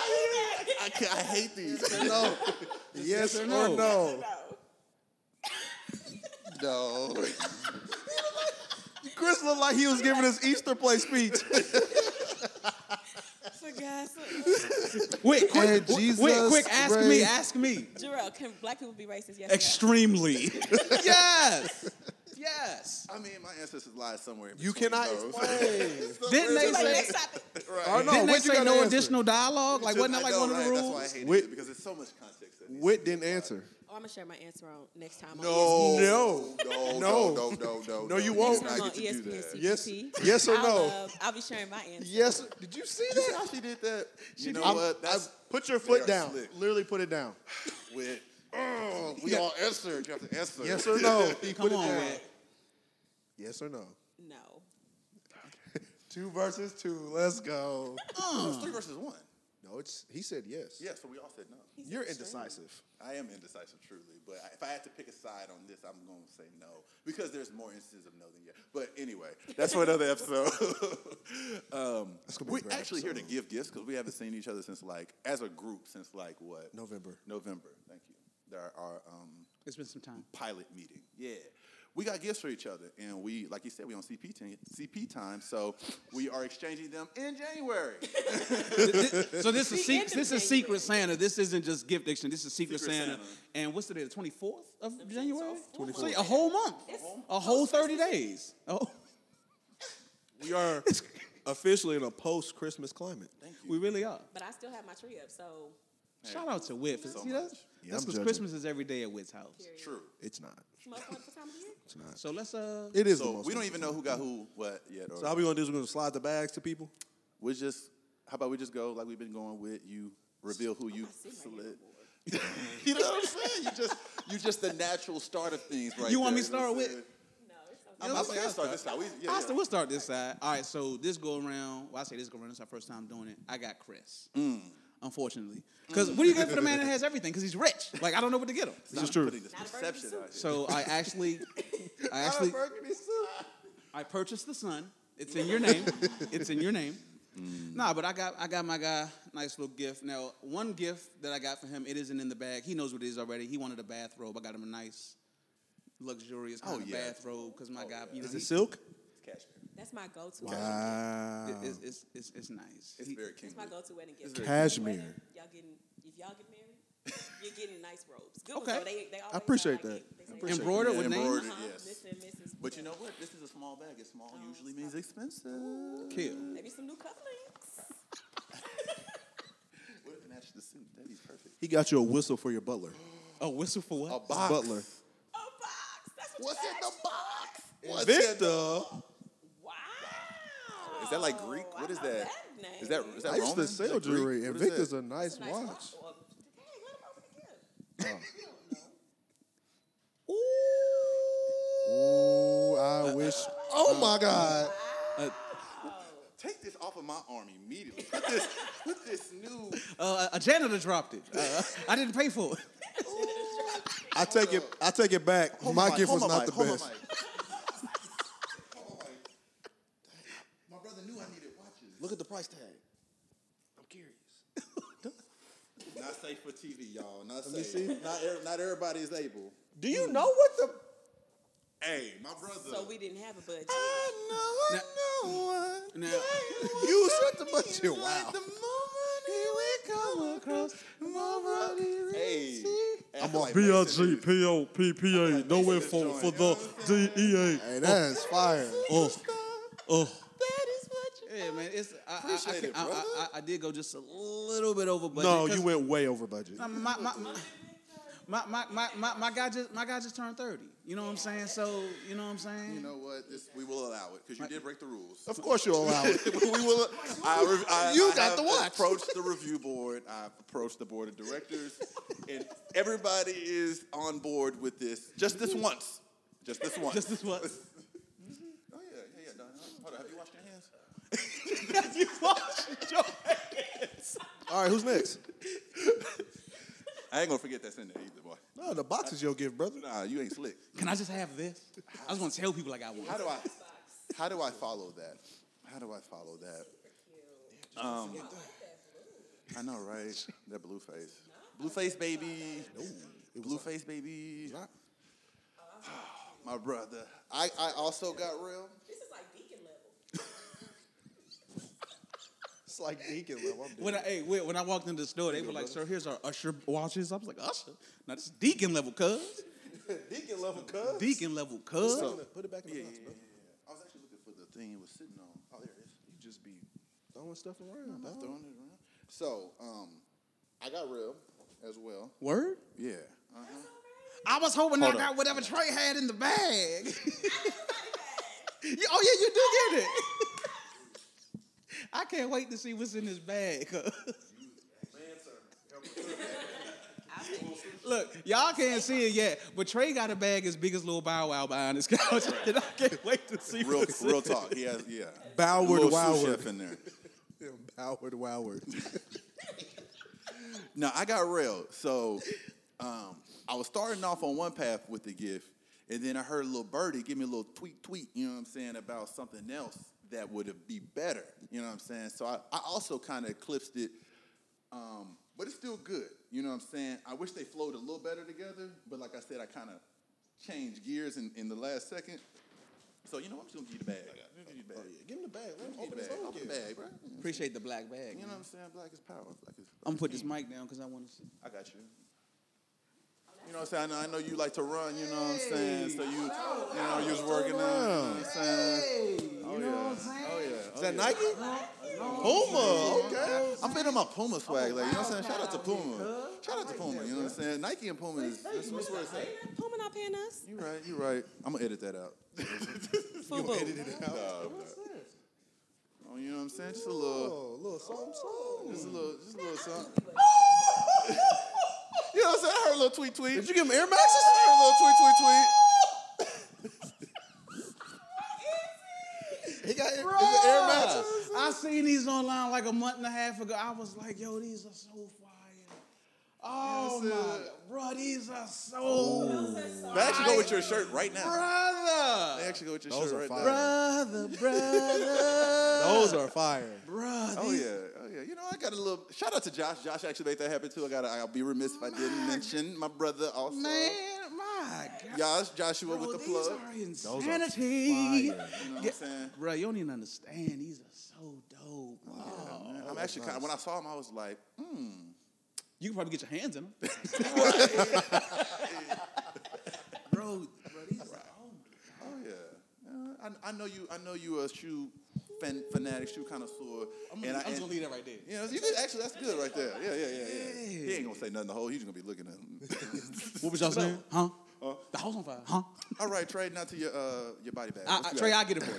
C: I, ca- I hate these.
B: No. yes or
A: no.
B: no?
D: No.
C: no.
B: Chris looked like he was giving his Easter play speech.
D: For God's
A: Wait,
B: And
A: quick, wait,
B: Jesus
A: quick, ask me,
B: raised-
A: ask me.
D: Jarrell, can black people be racist? Yes.
A: Extremely. yes. Yes.
C: I mean, my ancestors lied somewhere. in
B: You
C: between
B: cannot
C: those.
B: explain.
A: Didn't they
D: or no? Like,
A: say?
D: next topic.
C: right.
B: Oh, no,
A: Didn't they
B: what you
A: say
B: gotta
A: no
B: answer?
A: additional dialogue? Like, wasn't that
C: I
A: like
C: know,
A: one of the
C: right?
A: rules?
C: That's why I hate
B: Wait.
C: it because there's so much context. that needs
B: Whit
C: to be
B: didn't answer.
D: Oh, I'm gonna share my answer on next time.
C: No,
B: No.
C: no,
B: No.
C: no, no, no, no.
B: No, you won't.
C: did
D: On E
C: not
D: ESPN,
C: get to do that.
B: Yes-
D: CPT.
B: yes or no?
D: I'll, uh, I'll be sharing my answer.
B: Yes. Did you see
C: You see how she did that? you know
B: I'm-
C: what? That's
B: I- put your
C: they
B: foot
C: are
B: down.
C: slick.
B: Literally put it down.
C: with. Oh, we all answered. You have to answer.
B: Yes or no?
A: Come on, man.
B: Yes or no?
D: No.
B: Two versus two. Let's go.
C: Oh, it's three versus one.
B: No, it's he said yes.
C: Yeah, so we all said no.
B: You're indecisive.
C: I am indecisive, truly, but I- if I had to pick a side on this, I'm going to say no because there's more instances of no than yes. But anyway, that's for another episode. um,
B: That's gonna be a
C: we're
B: great
C: actually here to
B: episode.
C: give gifts because we haven't seen each other since like as a group since like what
B: November.
C: November. Thank you. There are um,
A: It's been some time.
C: pilot meeting. Yeah. We got gifts for each other, and we, like you said, we on CP, t- CP time, so we are exchanging them in January.
A: So this is
D: The
A: sec-
D: end of
A: this is
D: January.
A: Secret Santa. This isn't just gift diction. This is Secret,
C: Secret
A: Santa.
C: Santa.
A: And what's today? The twenty fourth of
D: Seventeenth,
A: January.
D: so four
A: See,
D: months.
A: a whole month,
D: It's-
A: a whole thirty days. Oh,
B: We are officially in a post Christmas climate.
A: we really are.
D: But I still have my tree up, so
A: Shout out to Whit.
C: so
A: See, that's
C: much.
B: Yeah,
A: that's
B: I'm
A: because
B: judging.
A: Christmas is every day at Whit's house.
D: period.
C: True.
B: It's not.
D: Most wonderful time of year.
B: It's not.
A: So let's uh.
B: It is. the
C: So
B: most
C: we don't even know who got who what yet. Or
B: So how we gonna do is we're gonna slide the bags to people.
C: we just how about we just go like we've been going with you reveal who you
D: I see my
C: select.
D: yearbook.
C: you know what I'm saying? You just you just the natural start of things, right?
A: You want me
C: there, know
A: start
C: what
A: with-
C: I'm saying?
D: No, it's okay.
C: I'm,
A: know what
C: I'm
A: I'm
C: saying
A: saying?
C: start this side. We, yeah,
A: I
C: yeah.
A: still, we'll start this side. All right, so this go around. Well, I say this go around. It's our first time doing it. I got Chris, unfortunately, because what do you get for the man that has everything? Because he's rich. Like I don't know what to get him.
B: This is true.
C: Putting this
D: Not a
C: perception
D: burgundy
C: out here.
A: So I actually, I actually, I purchased the Sun. It's in your name. It's in your name.
C: Mm.
A: Nah, but I got I got my guy nice little gift. Now one gift that I got for him, it isn't in the bag. He knows what it is already. He wanted a bathrobe. I got him a nice, luxurious kind
C: Oh,
A: of
C: yeah. Oh,
A: bathrobe because my guy, you know,
B: Is it
A: he-
B: silk?
C: Cashmere.
D: That's my go-to.
B: Wow.
A: it- it's, it's, it's, it's nice.
C: Oh. It's
A: He-
C: very
D: That's
C: king.
D: my go-to wedding gift.
C: very
B: Cashmere.
D: Wedding, Y'all getting if y'all get married, you're getting nice robes. Good ones,
A: Okay.
D: though. They, they always
B: appreciate
D: are like
B: that.
D: They,
B: I
D: say,
B: appreciate
A: Embroidered with names?
C: Embroidered,
D: Uh-huh,
C: yes.
D: Mr. and Mrs.
C: But you know what? This is a small bag. It's small usually means expensive.
A: Kill.
D: Maybe some new cufflinks.
C: What if it matches the suit? That'd be perfect.
B: He got you a whistle for your butler.
A: Oh, whistle for what?
C: A
B: His
C: box.
B: butler.
D: A Oh, box. That's what
C: What's
D: you
C: in the
D: asked for.
C: box? What's in the-
B: Victor.
D: Wow.
C: Is that like Greek?
D: I
C: What is
D: know
C: that?
D: name.
C: Is that is that
B: I used
C: Roman?
B: to
C: Is that
B: sell
C: Greek?
B: jewelry,
C: What
B: and
C: is that?
B: Victor's a nice,
D: It's a nice
B: watch.
D: watch. Well, dang, let him open the gift. You don't know.
B: Ooh, I wish. Oh my God.
C: Take this off of my arm immediately. Put this, put this new.
A: Uh, a janitor dropped it. Uh, I didn't pay for it.
B: I take it. I take it back.
C: Hold
B: my
C: mic,
B: gift
C: hold
B: was not
C: mic,
B: the
C: hold
B: best.
C: mic. Hold my mic. My brother knew I needed watches.
B: Look at the price tag. I'm curious.
C: Not safe for TV, y'all. Not safe. Not, er- not everybody is able.
B: Do you know what the?
C: Hey, my brother.
D: So we didn't have a budget.
B: I
A: Now-
B: know. I know.
A: Now,
B: You set the budget. Wow.
C: Hey,
B: I'm
C: I'm like,
E: B I
C: listen,
E: G P O P P A. No info for the D E
B: Hey, that's fire.
E: A. Uh, uh.
A: Yeah, man. It's I, I, I,
C: Appreciate it,
A: can't- I,
C: brother.
A: I, I, I did go just a little bit over budget.
B: No,
A: 'cause
B: you went way over budget.
A: my, my, my, my, my, my, my, my guy just my guy just turned thirty. You know what I'm saying? So you know what I'm saying?
C: You know what? This, we will allow it because you did break the rules.
B: Of course you'll allow it.
C: we will. I, re- I,
B: uh, You
C: I
B: got
C: have
B: the watch.
C: Approached the review board. I've approached the board of directors, and everybody is on board with this. Just this once. Just this once.
A: Just this what?
C: Oh yeah, yeah, yeah. Don. Hold on. Have you washed your hands?
A: you watch your
B: All right, who's next?
C: I ain't gonna forget that's in there either, boy.
B: No, the boxes you'll give, brother.
C: Nah, you ain't slick.
A: Can I just have this? I just want to tell people I got one.
C: How do I? How do I follow that? How do I follow that? Um, I know, right? That blue face, blue face baby, blue face baby. My brother. I, I also got real.
D: This is like deacon level.
B: It's like Deacon level. I'm
A: When I,
B: doing.
A: hey, when when I walked into the store, they were like, "Sir, here's our usher watches." I was like, "Usher? Now this is deacon level, cuz
B: Deacon level, cuz.
A: deacon level, cuz."
B: Put it back in the box, brother.
C: I was actually looking for the thing it was sitting on. Oh, there it is. You just be
B: Throwing stuff around. dog.
C: throwing it around. So, um, I got real as well.
A: Word.
C: Yeah. Uh,
A: I was hoping
B: Hold
A: I
B: up.
A: got whatever Trey had in the bag. You- oh yeah, you do get it. I can't wait to see what's in this bag. 'cause- Look, y'all can't see it yet, but Trey got a bag as big as little Bow Wow behind his couch, and I can't wait to see.
C: real,
A: what's in
C: real
A: it.
C: talk. He has, yeah.
B: Bowward,
C: Little sous
B: Woward.
C: chef in there.
B: Bowward, Woward.
C: No, I got real. So um, I was starting off on one path with the gift, and then I heard a little birdie give me a little tweet tweet, you know what I'm saying, about something else that would have be better. You know what I'm saying? So I, I also kind of eclipsed it. Um, but it's still good. You know what I'm saying? I wish they flowed a little better together, but like I said, I kind of changed gears in, in the last second. So you know what? I'm just gonna give you the bag. I'm gonna give you the bag.
B: Give him the bag. Let him
C: Give you the bag. Open the bag, bro.
A: Appreciate the black bag.
C: You know
A: man.
C: what I'm saying? Black is power. Black is
A: I'm gonna put this mic down because I want to see.
C: I got you. You know what I'm saying? I know, I know you like to run, you know what I'm saying? So you, you know, you was working out, you know what I'm saying? oh, yeah. Oh, yeah.
B: Is that Nike?
C: Puma, okay. I'm feeling my Puma swag, like, you know what I'm saying? Shout out to Puma. Shout out to Puma, you know what I'm saying? Nike and Puma is, that's what's where it's at.
D: Puma not paying us.
C: You right, you right. I'm gonna edit that out.
D: Fubu.
C: Oh, you know what I'm saying? Just a little,
B: Oh, little something, something.
C: just a little, just a little something. you know what I'm saying? I heard a little tweet tweet.
B: Did you give him Air
C: Just
B: Maxes?
C: heard a little tweet tweet tweet.
B: He got Air, is it Air Maxes.
A: I seen these online like a month and a half ago. I was like, yo, these are so fire. Oh
C: Yes,
A: my,
C: uh,
A: bro, these are so
C: They actually go with your shirt right now. They
A: brother,
C: actually go with your
B: Those
C: shirt
B: are
C: right
B: fire.
C: now.
A: brother, brother,
B: Those are fire.
A: brother.
C: Oh yeah, oh yeah. You know, I got a little shout out to Josh. Josh actually made that happen too. I got. I'll be remiss if I didn't mention my brother also.
A: man, my God.
C: Josh, Joshua
A: Bro,
C: with the
A: these
C: plug.
A: are
B: Those are
A: insanity.
B: fire.
C: you know what
A: Yeah.
C: I'm saying?
A: Bro, you don't even understand. These are so dope. Wow.
C: Man, I'm actually kind of when I saw him, I was like,
A: You can probably get your hands in them. bro, bro, these are, oh
C: oh yeah. Uh, I, I know you. I know you a shoe fan, fanatic, shoe connoisseur.
A: I'm
C: and
A: gonna, I'm
C: I,
A: just
C: and-
A: gonna leave that right there.
C: you know, you did, actually, that's good right there. Yeah, yeah, yeah, yeah. He ain't gonna say nothing the whole. He's just gonna be looking at him.
A: What was y'all saying? Huh? The house on fire. Huh?
C: All right, Trey. Now to your uh, your body bag.
A: I,
C: What
A: I,
C: you
A: Trey,
C: got?
A: I get it for you.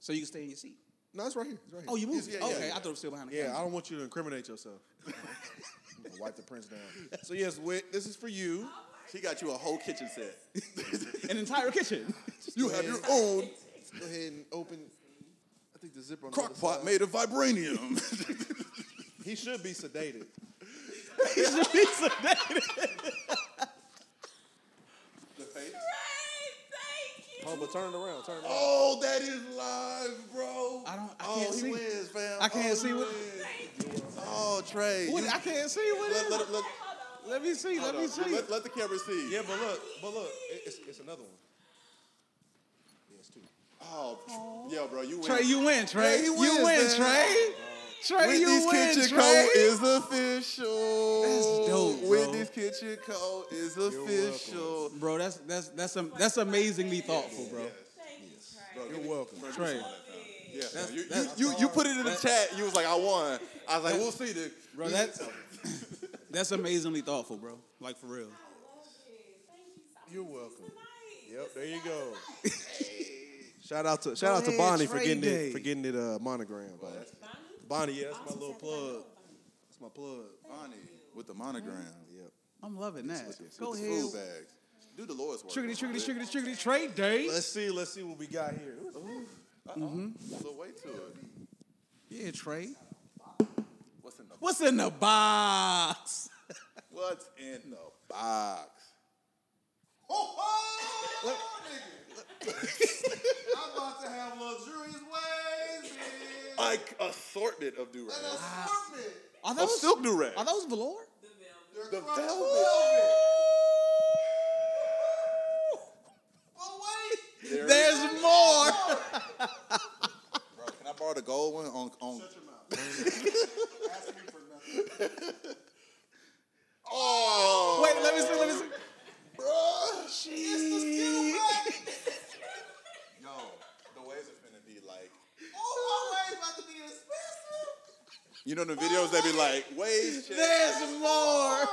A: So you can stay in your seat.
B: No, it's right here. It's right here.
A: Oh, you moved.
C: yeah, yeah,
A: okay,
C: yeah.
A: I thought it was still behind the
B: Yeah, I
A: camera.
B: don't want you to incriminate yourself. wipe the prints down. So yes, Whit, this is for you.
C: She got you a whole kitchen set.
A: An entire kitchen.
C: You have your own
B: Go ahead and open. I think the zipper on the
C: crock
B: other
C: pot
B: side.
C: made of vibranium.
B: He should be sedated. Pumba, Oh, turn it around. Turn it around.
C: oh, that is live, bro.
A: I don't- I
C: oh,
A: can't
C: he
A: see.
C: wins, fam.
A: I can't
C: oh,
A: see
C: he
A: what-
C: wins. Oh, Trey.
A: What,
C: you-
A: I can't see what it
C: let,
A: is.
C: let, let,
A: Let me see. Let me
C: hold on.
A: see.
C: Let- let the camera see.
B: Yeah, but look, but look, it- it's, it's another one. Yeah, it's two.
C: Oh, tr- yeah, bro, you win.
A: Trey, you win, Trey.
C: Yeah, he
A: you
C: wins,
A: win,
C: man.
A: Trey. Trey,
C: Whitney's
A: you win,
C: kitchen
A: Trey.
C: coat is official.
A: That's dope, bro.
C: Whitney's kitchen code is official.
A: bro. That's that's that's um, that's amazingly thoughtful, bro.
D: Thank you, Trey.
B: You're welcome.
A: Trey,
C: Yeah, you, you, you, you put it in the chat. You was like, I won. I was like, we'll see. The,
A: bro, that's that's amazingly thoughtful, bro. Like for real.
D: I love it. Thank you so much.
B: You're welcome.
D: Tonight.
B: Yep, there you go. Shout out to shout out to
F: ahead,
B: Bonnie for
F: Trey
B: getting
F: Day.
B: it for getting it uh, monogram. Bonnie, yeah, that's my
D: Awesome
B: little
D: stuff. I know
B: plug.
D: about it.
B: That's my plug.
C: Bonnie with the monogram.
B: Yep.
A: I'm loving that. Go
C: With the food
A: ahead.
C: bags. Do the Lord's work.
A: Triggity, triggity, triggity, triggity, Trey day.
B: Let's see. Let's see what we got here.
C: So wait to it.
A: Yeah, Trey.
C: What's in the
A: What's in the box?
C: What's in the box? Oh, oh nigga. I'm about to have luxurious ways. Like assortment of do rags.
A: Are
C: Of
A: those
C: silk do rags.
A: are those velour?
C: The velvet. There
A: There's more.
C: Bro, can I borrow the gold one on on? Oh,
A: Wait, let me see. Let me see.
C: bro, Yo, the waves are finna be like. You know the videos they be like waves. check.
A: There's more.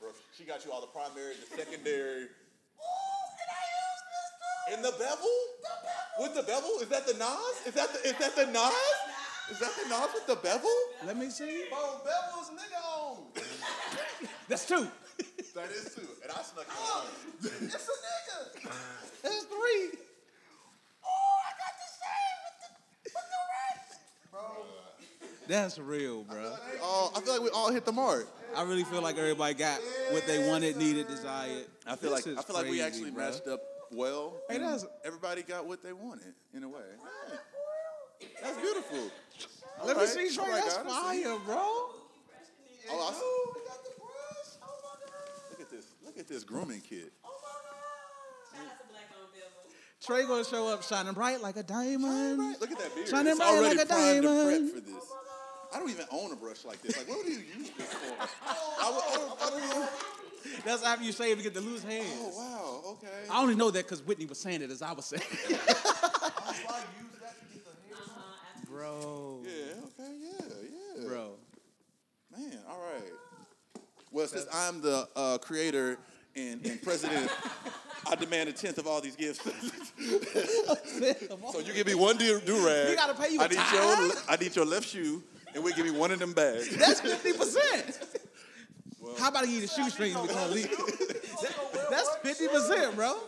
C: Bro, she got you all the primary, the secondary. And the bevel? With the bevel? Is that the Nas? Is that the is that the Nas? Is that the Nas with the bevel?
A: Let me see.
C: Bro, bevel's nigga on.
A: That's two.
C: That is too. And I snuck in. one. Oh, it's a nigga.
A: That's three. That's real, bro.
C: Oh, I feel like we all hit the mark.
A: I really feel like everybody got what they wanted, needed, desired.
C: I feel
A: This
C: like I
A: is
C: feel like we
A: crazy,
C: actually
A: bro.
C: matched up well.
A: Hey,
C: and
A: that's-
C: everybody got what they wanted in a way. That's beautiful.
A: Let
C: Alright,
A: me see, Trey.
C: alright,
A: That's
C: guys.
A: fire, bro.
C: Oh, I see. Look at this. Look at this grooming kit.
D: Oh, Shout out to Black on Velvet.
A: Trey gonna show up shining bright like a diamond.
C: Look at that beard.
A: Shining
C: it's
A: bright
C: already
A: like a
C: primed and
A: diamond.
C: prepped for this. I don't even own a brush like this. Like, what do you use this for? I would- oh, I don't- I don't-
A: That's after you shave to get the loose hairs.
C: oh, wow. Okay.
A: I only know that because Whitney was saying it as I was saying. it. bro,
C: Yeah. Okay. Yeah. Yeah.
A: bro.
C: Man. All right. Well, since I'm the uh, creator and, and president, I demand a tenth of all these gifts. so you give me one do rag.
A: We gotta pay you
C: I
A: a
C: need your
A: tithe?
C: I need your left shoe, and we give me one of them bags.
A: That's fifty percent. How about I give you the shoestrings we gonna leave? That's fifty percent, bro.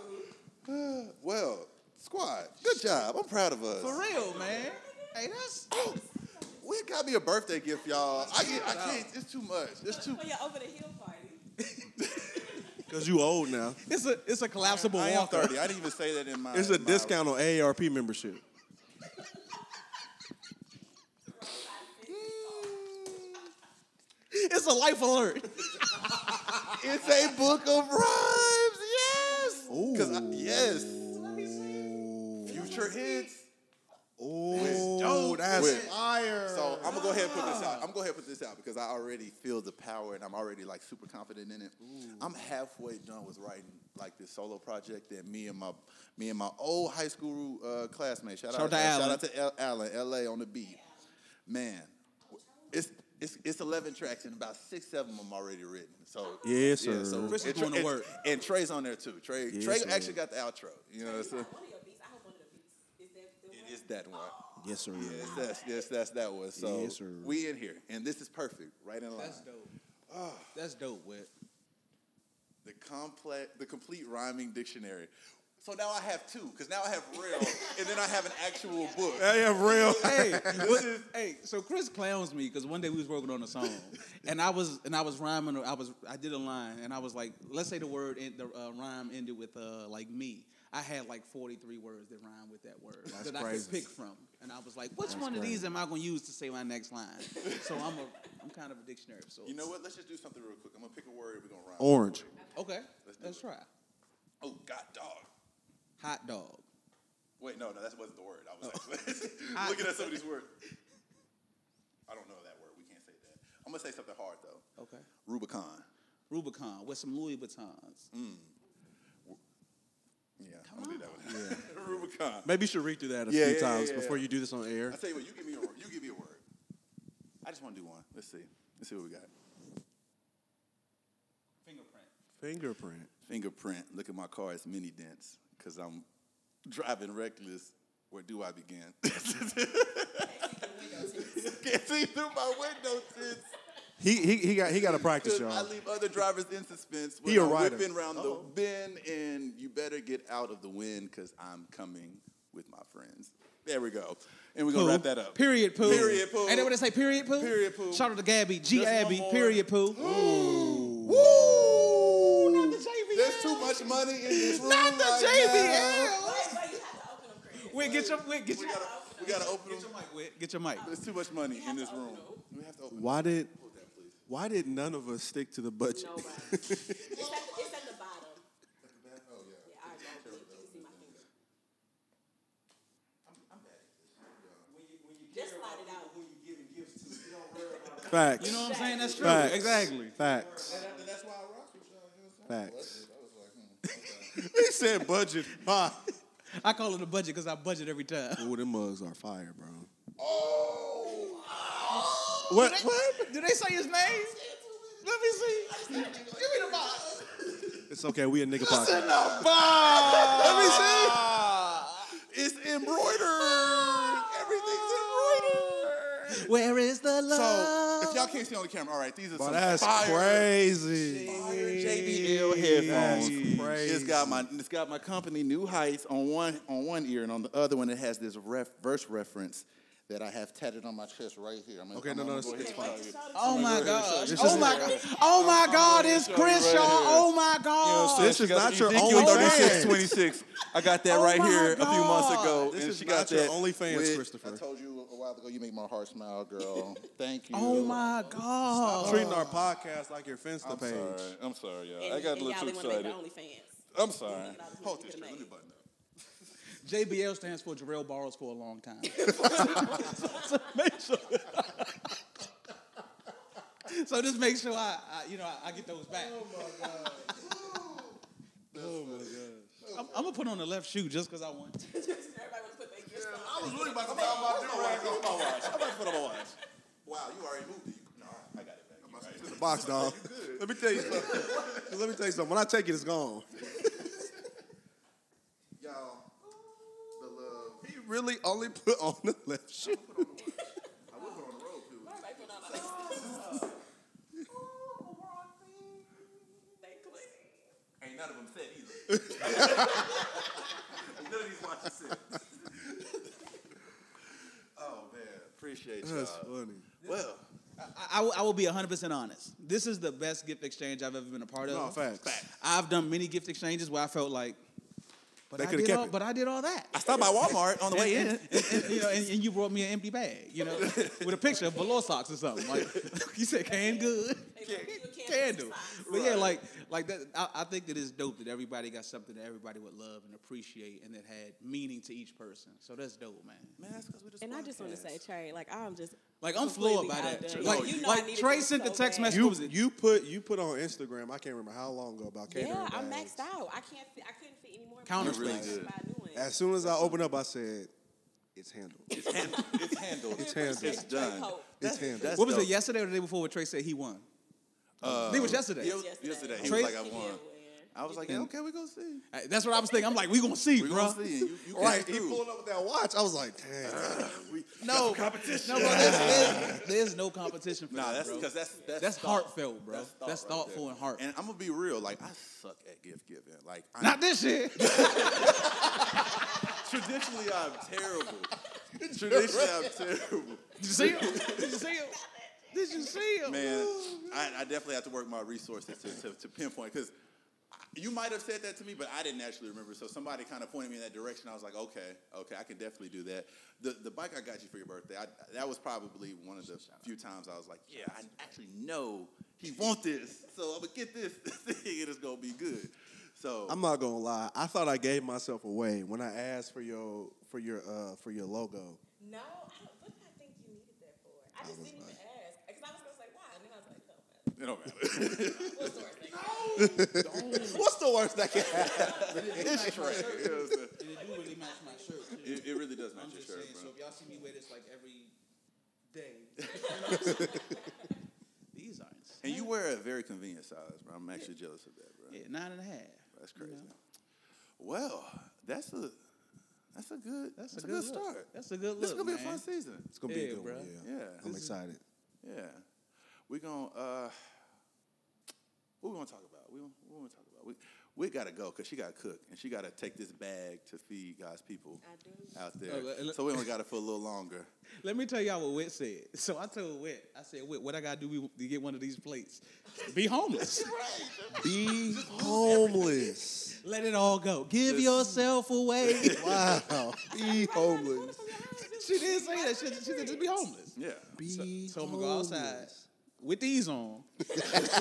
C: Well, squad, good job. I'm proud of us.
A: For real, man. Hey, that's
C: We got me a birthday gift, y'all. I, get, I can't. It's too much. It's too.
D: For your Oh, over the hill party.
B: Cause you old now.
A: it's a it's a collapsible
C: I am
A: walker.
C: 30. I didn't even say that in my.
B: It's a
C: my-
B: discount on AARP membership.
A: It's a life alert.
C: It's a book of rhymes. Yes. Because yes. Future hits.
B: Oh, that's
C: With-
B: fire. Ah.
C: So I'm gonna go ahead and put this out. I'm gonna go ahead and put this out because I already feel the power and I'm already like super confident in it. I'm halfway done with writing like this solo project that me and my me and my old high school uh, classmate. Shout, out
A: Shout out to
C: shout out to L- Allen, LA on the beat. Man, it's it's it's 11 tracks and about six of them I'm already written. So
B: Yes,
C: yeah,
B: sir.
C: so
A: Chris is
C: and,
A: doing the
C: and-
A: work.
C: and Trey's on there too. Trey
B: Yes,
C: Trey
B: sir.
C: actually got the outro. You know, so
D: One of your beats. I hope one of the beats is that the one.
C: it is that one.
B: yes, sir.
C: Yes, that's yes, that's that one. So
B: Yes, sir.
C: we in here, and this is perfect, right in line.
A: That's dope. That's dope, Whit.
C: The complex, the complete rhyming dictionary. So now I have two, because now I have real, and then I have an actual book.
B: I am real.
A: hey, what- hey, so Chris clowns me because one day we was working on a song, and I was and I was rhyming. I was I did a line, and I was like, let's say the word in, the uh, rhyme ended with uh, like me. I had like forty three words that rhyme with that word that I
B: crazy.
A: could pick from, and I was like, which one of these am I gonna use to say my next line? so I'm a I'm kind of a dictionary of sorts.
C: You know what? Let's just do something real quick. I'm gonna pick a word. We're gonna rhyme.
B: Orange.
A: Okay,
C: Let's
A: let's,
C: do it.
A: try
C: Oh God, dog.
A: hot dog.
C: Wait, no, no, that wasn't the word. I was
B: Oh.
C: actually looking at some of these words. I don't know that word. We can't say that. I'm gonna say something hard though.
A: Okay,
C: Rubicon.
A: Rubicon with some Louis Vuittons.
C: Mm. Yeah, I'm gonna do that one. Rubicon.
B: Maybe you should read through that a few
C: Yeah, yeah, yeah,
B: times
C: yeah,
B: before
C: yeah.
B: you do this on air.
C: I tell you what, you give me a word. You give me a word. I just want to do one. Let's see. Let's see what we got.
A: Fingerprint.
B: Fingerprint.
C: Fingerprint. Look at my car. It's mini dents because I'm driving reckless. Where do I begin? Can't see through my window tint.
B: He he he got he got to practice,
C: Because
B: y'all.
C: I leave other drivers in suspense. When
B: He a
C: I'm
B: writer.
C: whipping around the bend, and you better get out of the wind because I'm coming with my friends. There we go. And we're going
B: Pooh.
C: to wrap that up.
A: Period poo.
C: Period poo.
A: Ain't that what they say? Period poo.
C: Period poo.
A: Shout out to Gabby. G
C: Just one
A: Abby.
C: more.
A: Period poo.
C: Woo!
A: the JBL.
C: There's too much money in this room.
A: Not the
C: right now.
A: JBL.
D: Wait, wait, you have to open them, Chris.
A: Wait, get your wait, get
C: We
A: your
C: gotta, we gotta open
A: get
C: them.
A: your mic. Wit. Get your mic.
C: There's too much money in
D: to
C: this room.
D: open
C: We have to open.
B: Why did
C: Hold that, please.
B: why did none of us stick to the budget?
D: Nobody. it's, at the, it's at the bottom.
C: Oh yeah.
D: Yeah, I don't think you can see my finger. Just slide it out.
B: Facts.
A: You know what I'm saying? That's true.
B: Facts.
A: Exactly.
B: Facts.
C: That's why I rock with y'all.
B: Facts.
C: I was like, hmm.
B: he said budget. Ha.
A: I call it a budget because I budget every time.
B: Ooh, them mugs are fire, bro.
C: oh.
B: What?
A: Did they-
B: what?
A: Did they say his name? Let me see. Give me the box.
B: It's okay. We a nigga podcast.
C: Let me see. It's embroidered. Everything's embroidered.
A: Where is the love?
C: So if y'all can't see on the camera, all right, these are
B: Bro,
C: some
B: that's
C: fire,
B: crazy.
C: fire JBL headphones.
B: That's crazy.
C: It's got my it's got my company New Heights on one on one ear, and on the other one it has this ref, verse reference that I have tatted on my chest right here. I'm gonna,
B: Okay,
C: I'm
B: no, no,
C: gonna
B: it's-
C: go ahead
B: it's
C: and
B: fine.
C: show you.
A: Oh my gosh.
B: This
A: Oh
B: is-
A: my Oh my god, it's Chris,
C: right
A: y'all.
C: here.
A: Oh my god.
B: This is
C: She got
B: not your
C: Ezekiel
B: OnlyFans.
C: 26. I got that
A: Oh
C: right
A: my
C: here a few months
A: God.
C: ago.
B: This
C: and
B: is
C: she
B: not
C: got
B: your
C: that
B: OnlyFans,
C: with-
B: Christopher.
C: I told you a while ago you make my heart smile, girl. Thank you.
A: Oh my god.
B: Treating our podcast like your Finsta
C: I'm
B: page.
C: sorry. I'm sorry, y'all.
D: And,
C: I got a
D: and y'all
C: little too
D: didn't want to
C: excited.
D: make the OnlyFans.
C: I'm sorry.
D: Y'all didn't
C: Hold
D: make
C: this
D: the
C: shit. Let me
D: money.
C: button up.
A: JBL stands for Jarrell Borrows for a long time. so just make sure I, I you know, I, I get those back.
B: Oh my gosh.
A: I'm, I'm gonna put on the left shoe just because I want to.
D: Everybody would put their gears on.
C: I was really about to put on my watch. I'm about to put on my watch. Wow, you already moved it. No, I got it back. You right.
B: Box dog. Let me tell you something. Let me tell you something. When I take it, it's gone.
C: Y'all, the love.
B: He really only put on the left shoe.
C: I would put on the road, too.
D: Everybody put on their Oh, They click.
C: Ain't none of them said either. none of these watches said. oh man, appreciate you.
B: That's funny.
C: Well,
A: I, I will- I will be 100% honest. This is the best gift exchange I've ever been a part of.
B: No, facts.
A: I've done many gift exchanges where I felt like, but,
B: They
A: I
B: coulda
A: did,
B: kept
A: all,
B: it.
A: but I did all that.
C: I stopped by Walmart on the way in.
A: And, and, you know, and, and you brought me an empty bag, you know, with a picture of velour socks or something. Like you said, canned good, candle. But yeah, like like that. I, I think that it's dope that everybody got something that everybody would love and appreciate, and that had meaning to each person. So that's dope, man.
C: Man, that's because we just.
D: And I just want to say, Trey, like I'm just
A: Like I'm floored by
D: completely
A: that.
D: outdone.
A: Like,
D: you know I
A: like
D: needed
A: Trey
D: this
A: sent the
D: so
A: text
D: bad.
A: message.
B: You
A: what was it?
B: you put you put on Instagram. I can't remember how long ago about catering.
D: Yeah, I'm
B: bags.
D: maxed out. I can't. Fit, I couldn't fit any more.
A: Counter
D: people.
A: space.
D: Buy a new one.
B: As soon as I opened up, I said, "It's handled. It's
C: it's handled. It's
B: handled.
D: Appreciate
B: It's
C: It's
D: Trey
C: done.
D: Pope.
B: handled."
C: That's
A: What was
C: dope.
A: it yesterday or the day before where Trey said he won? I think it was yesterday.
C: Yeah, it was yesterday. He
A: Trey-
C: was like, I won. I was like, yeah,
A: And-
C: okay, we gonna see.
A: Uh, That's what I was thinking. I'm like, we gonna see,
C: We
A: bro.
C: gonna see. And You, you
B: right,
C: came
B: he
C: through.
B: pulled up with that watch. I was like, "Dang,
A: No competition. No, bro, there's, there's, there's no competition for
C: Nah,
A: that,
C: that's
A: bro.
C: because that's that's,
A: That's
C: thought-
A: heartfelt, bro.
C: thought
A: That's
C: right
A: thoughtful
C: there.
A: and heartfelt.
C: And I'm gonna be real. Like I suck at gift giving. Like I
A: Not this year.
C: traditionally I'm terrible. traditionally I'm terrible.
A: Did you see him? Did you see him? Did you see him?
C: Man, I, I definitely have to work my resources to, to, to pinpoint because you might have said that to me, but I didn't actually remember. So somebody kind of pointed me in that direction. I was like, okay, okay, I can definitely do that. The the bike I got you for your birthday, I, that was probably one of the few times I was like, yeah, I actually know he wants this, so I'm gonna get this thing and it's gonna be good. So
B: I'm not gonna lie. I thought I gave myself away when I asked for your for your uh for your logo.
D: No, I don't. What did I think you needed that for? I just didn't even ask because I was gonna say why, and then I was like, oh, no.
C: it don't matter.
D: What's the word?
C: What's the worst that can happen? It's trash.
A: And it do really match my shirt. too.
C: It, it really does match
A: I'm
C: your
A: just
C: shirt,
A: saying. So
C: bro.
A: if y'all see me wear this like every day, these are insane.
C: And you wear a very convenient size, bro. I'm actually jealous of that, bro.
A: Yeah, nine and a half.
C: That's crazy. Well, that's a that's a good that's, a, good,
A: look.
C: start.
A: That's a good
C: This
A: look,
C: gonna be
A: man.
C: a fun season.
B: It's gonna be
A: Yeah,
B: a good
A: bruh.
B: one. Yeah.
C: Yeah,
B: I'm excited.
C: yeah. We gonna uh, what we gonna talk about? We gonna, what we gonna talk about? We we gotta go because she gotta cook and she gotta take this bag to feed God's people
D: I do.
C: out there.
A: Oh, le- le-
C: so we only got it for a little longer.
A: Let me tell y'all what Wit said. So I told Wit, I said, Wit, what I gotta do to get one of these plates? Be homeless.
B: Be homeless.
A: Let it all go. Give yourself away.
B: Wow. Be homeless.
A: she didn't say that. She, she said just be homeless.
C: Yeah.
B: Be
A: So I'm gonna go
B: homeless.
A: outside with these on.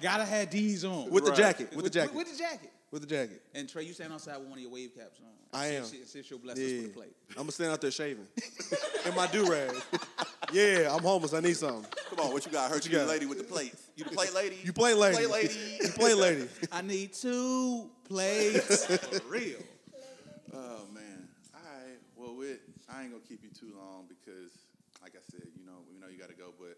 A: Gotta have these on.
B: With the
C: Right.
B: jacket. With, the jacket.
A: With, the jacket.
B: with the jacket.
A: And Trey, you stand outside with one of your wave caps on.
B: I
A: See
B: am.
A: if She, see if she'll bless us
B: Yeah.
A: with a plate.
B: I'm gonna stand out there shaving. In my do rag. Yeah, I'm homeless. I need something.
C: Come on, what you got? Hurt you,
B: got?
C: lady with the plates. You the plate lady.
B: You play lady.
C: Play lady.
B: you play lady.
A: I need two plates for real.
C: Oh man. All right. Well, with I ain't gonna keep you too long because, like I said, you know we know you gotta go, but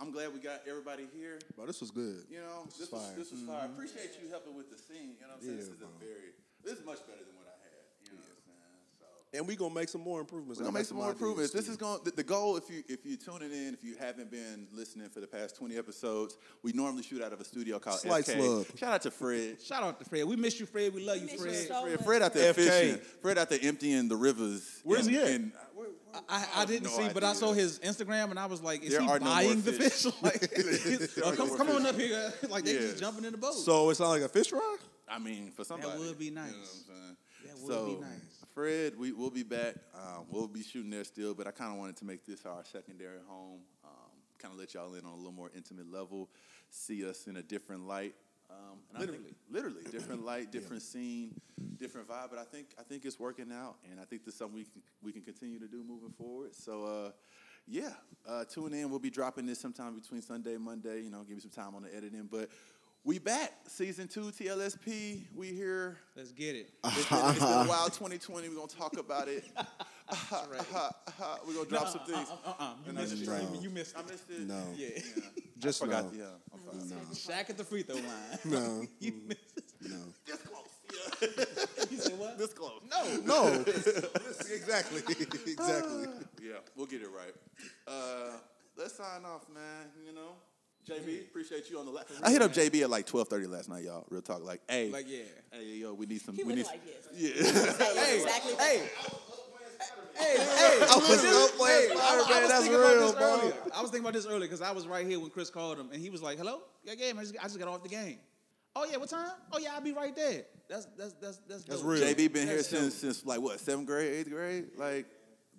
C: I'm glad we got everybody here.
B: Bro, this was good.
C: You know, this
B: fire.
C: was
B: Mm-hmm.
C: this was fire. I appreciate you helping with the scene. You know what I'm saying? this is
B: Yeah,
C: a very this is much better than what I had. You know what
B: And we gonna make some more improvements.
C: I'm saying? So we're
B: I
C: gonna make
B: got
C: some more
B: ideas,
C: improvements. This
B: too.
C: is going to the goal. If you if you tuning in, if you haven't been listening for the past 20 episodes, we normally shoot out of a studio called
B: Slight
C: FK.
B: slug.
C: Shout out to Fred.
A: Shout out to Fred. We miss you, Fred. We love you,
D: miss you
A: Fred.
D: so
C: Fred,
D: much.
C: Fred out there
B: FK.
C: fishing. Fred out there emptying the rivers.
B: Where's
C: in-
B: he at?
C: in-
A: I, I didn't
C: no
A: see, but I
C: idea.
A: saw his Instagram and I was like, is
C: There
A: he
C: are no more
A: buying the
C: fish.
A: fish? Like,
C: There are
A: oh,
C: no
A: come
C: more
A: come on
C: fish.
A: up here. Like, they
C: Yeah.
A: just jumping in the boat.
B: So it's not like a fish fry?
C: I mean, for somebody
A: would be
C: you know
A: nice.
C: what I'm saying?
A: That would be
C: So,
A: nice.
C: Fred, we will be back. Um, we'll be shooting there still, but I kind of wanted to make this our secondary home. Um, kind of let y'all in on a little more intimate level, see us in a different light. Um, and I think, literally different light, different scene, different vibe. But I think I think it's working out, and I think this is something we can we can continue to do moving forward. So. Uh, yeah, uh, tune in. We'll be dropping this sometime between Sunday, Monday. You know, give you some time on the editing, but we back season two TLSP. We here.
A: Let's get it.
C: It's been, it's been a wild 2020. We're gonna talk about it. We're gonna drop some things.
A: Uh, uh, uh, you,
C: And I
A: missed it.
C: just-
B: No.
A: you missed
C: I
A: it.
C: missed it.
B: No.
A: Yeah.
B: Just
C: I forgot
B: no.
C: the. Uh, I'm sorry.
A: Shaq at the free throw line.
B: No.
A: you missed it.
B: No.
C: This close. Yeah.
A: You said what?
C: this close.
B: No. exactly. exactly.
C: Yeah, we'll get it right. Uh, let's sign off, man. You know, JB, appreciate you on the last. I hit up JB at like 12:30 last night, y'all. Real talk, like, hey,
A: Like, yeah.
C: hey, yo, we need some.
D: He
C: we
D: was
C: need
D: like, yes.
C: yeah.
D: Hey, exactly.
A: Hey. Hey, hey, I was
B: up playing Spider-Man, that's
A: thinking about
B: real,
A: this
B: bro.
A: earlier. I was thinking about this earlier because I was right here when Chris called him and he was like, "Hello, yeah, game. I just, I just got off the game. Oh yeah, what time? Oh yeah, I'll be right there. That's that's that's that's,
B: That's
A: dope.
B: real.
C: JB been here
A: That's dope.
C: since since like what seventh grade, eighth grade. Like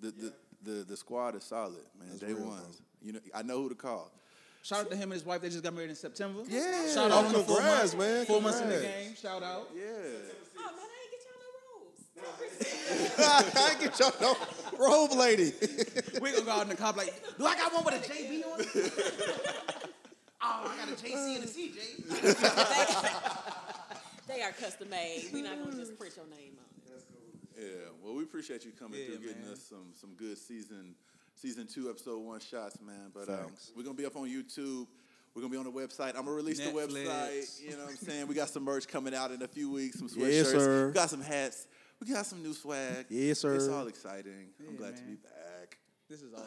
C: the the, the, the squad is solid, man. Day
B: real,
C: ones. You know, I know who to call.
A: Shout out to him and his wife. They just got married in September.
B: Yeah.
A: Shout out
B: Oh,
A: to the four
B: congrats,
A: months,
B: man.
A: Four months in the
B: Congrats.
A: game. Shout out.
C: Yeah,
D: Oh, man, I
B: I get y'all no robe lady.
A: We gonna go out in the cop like, do I got one with a JB on? it?" oh, I got a JC and a CJ.
D: ain't get y'all no rules. they are custom made. We're not going to just print your name on it.
C: yeah. Well, we appreciate you coming
A: Yeah,
C: through, getting
A: man.
C: us some some good season season two episode one shots, man. But um,
B: Thanks.
C: we're gonna be up on YouTube. We're gonna be on the website. I'm gonna release the
A: Netflix.
C: website. You know what I'm saying? We got some merch coming out in a few weeks. Some sweatshirts.
B: Yes, sir.
C: We got some hats. We got some new swag.
B: Yes, sir.
C: It's all exciting. I'm
A: Yeah,
C: glad to
A: man.
C: be back.
A: This is awesome.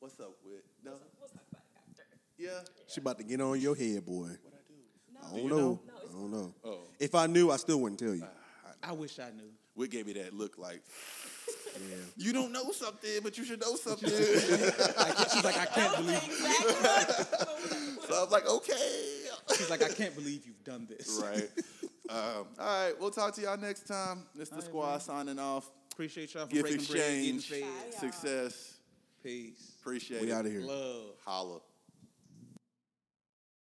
C: What's up with? No.
D: We'll talk about it after.
C: Yeah.
B: She about to get on your head, boy. I
D: No,
B: don't know.
D: No,
B: I
D: it's
B: don't know.
C: Oh.
B: If I knew, I still wouldn't tell you.
A: I wish I knew.
C: We gave me that look like
B: Yeah.
C: you don't know something, but you should know something. so
A: Like, she's like, I can't
D: That was
A: believe.
D: the exact
C: I was like, okay,
A: She's like, I can't believe you've done this.
C: right. Um, all right, we'll talk to y'all next time. It's the
A: right,
C: squad
A: man.
C: signing off.
A: Appreciate y'all for
C: Gift
A: breaking bread, getting
C: exchange,
A: fed.
D: Bye, y'all.
C: success.
A: Peace,
C: Appreciate
B: We
C: it.
B: out of here.
A: love.
C: Holla.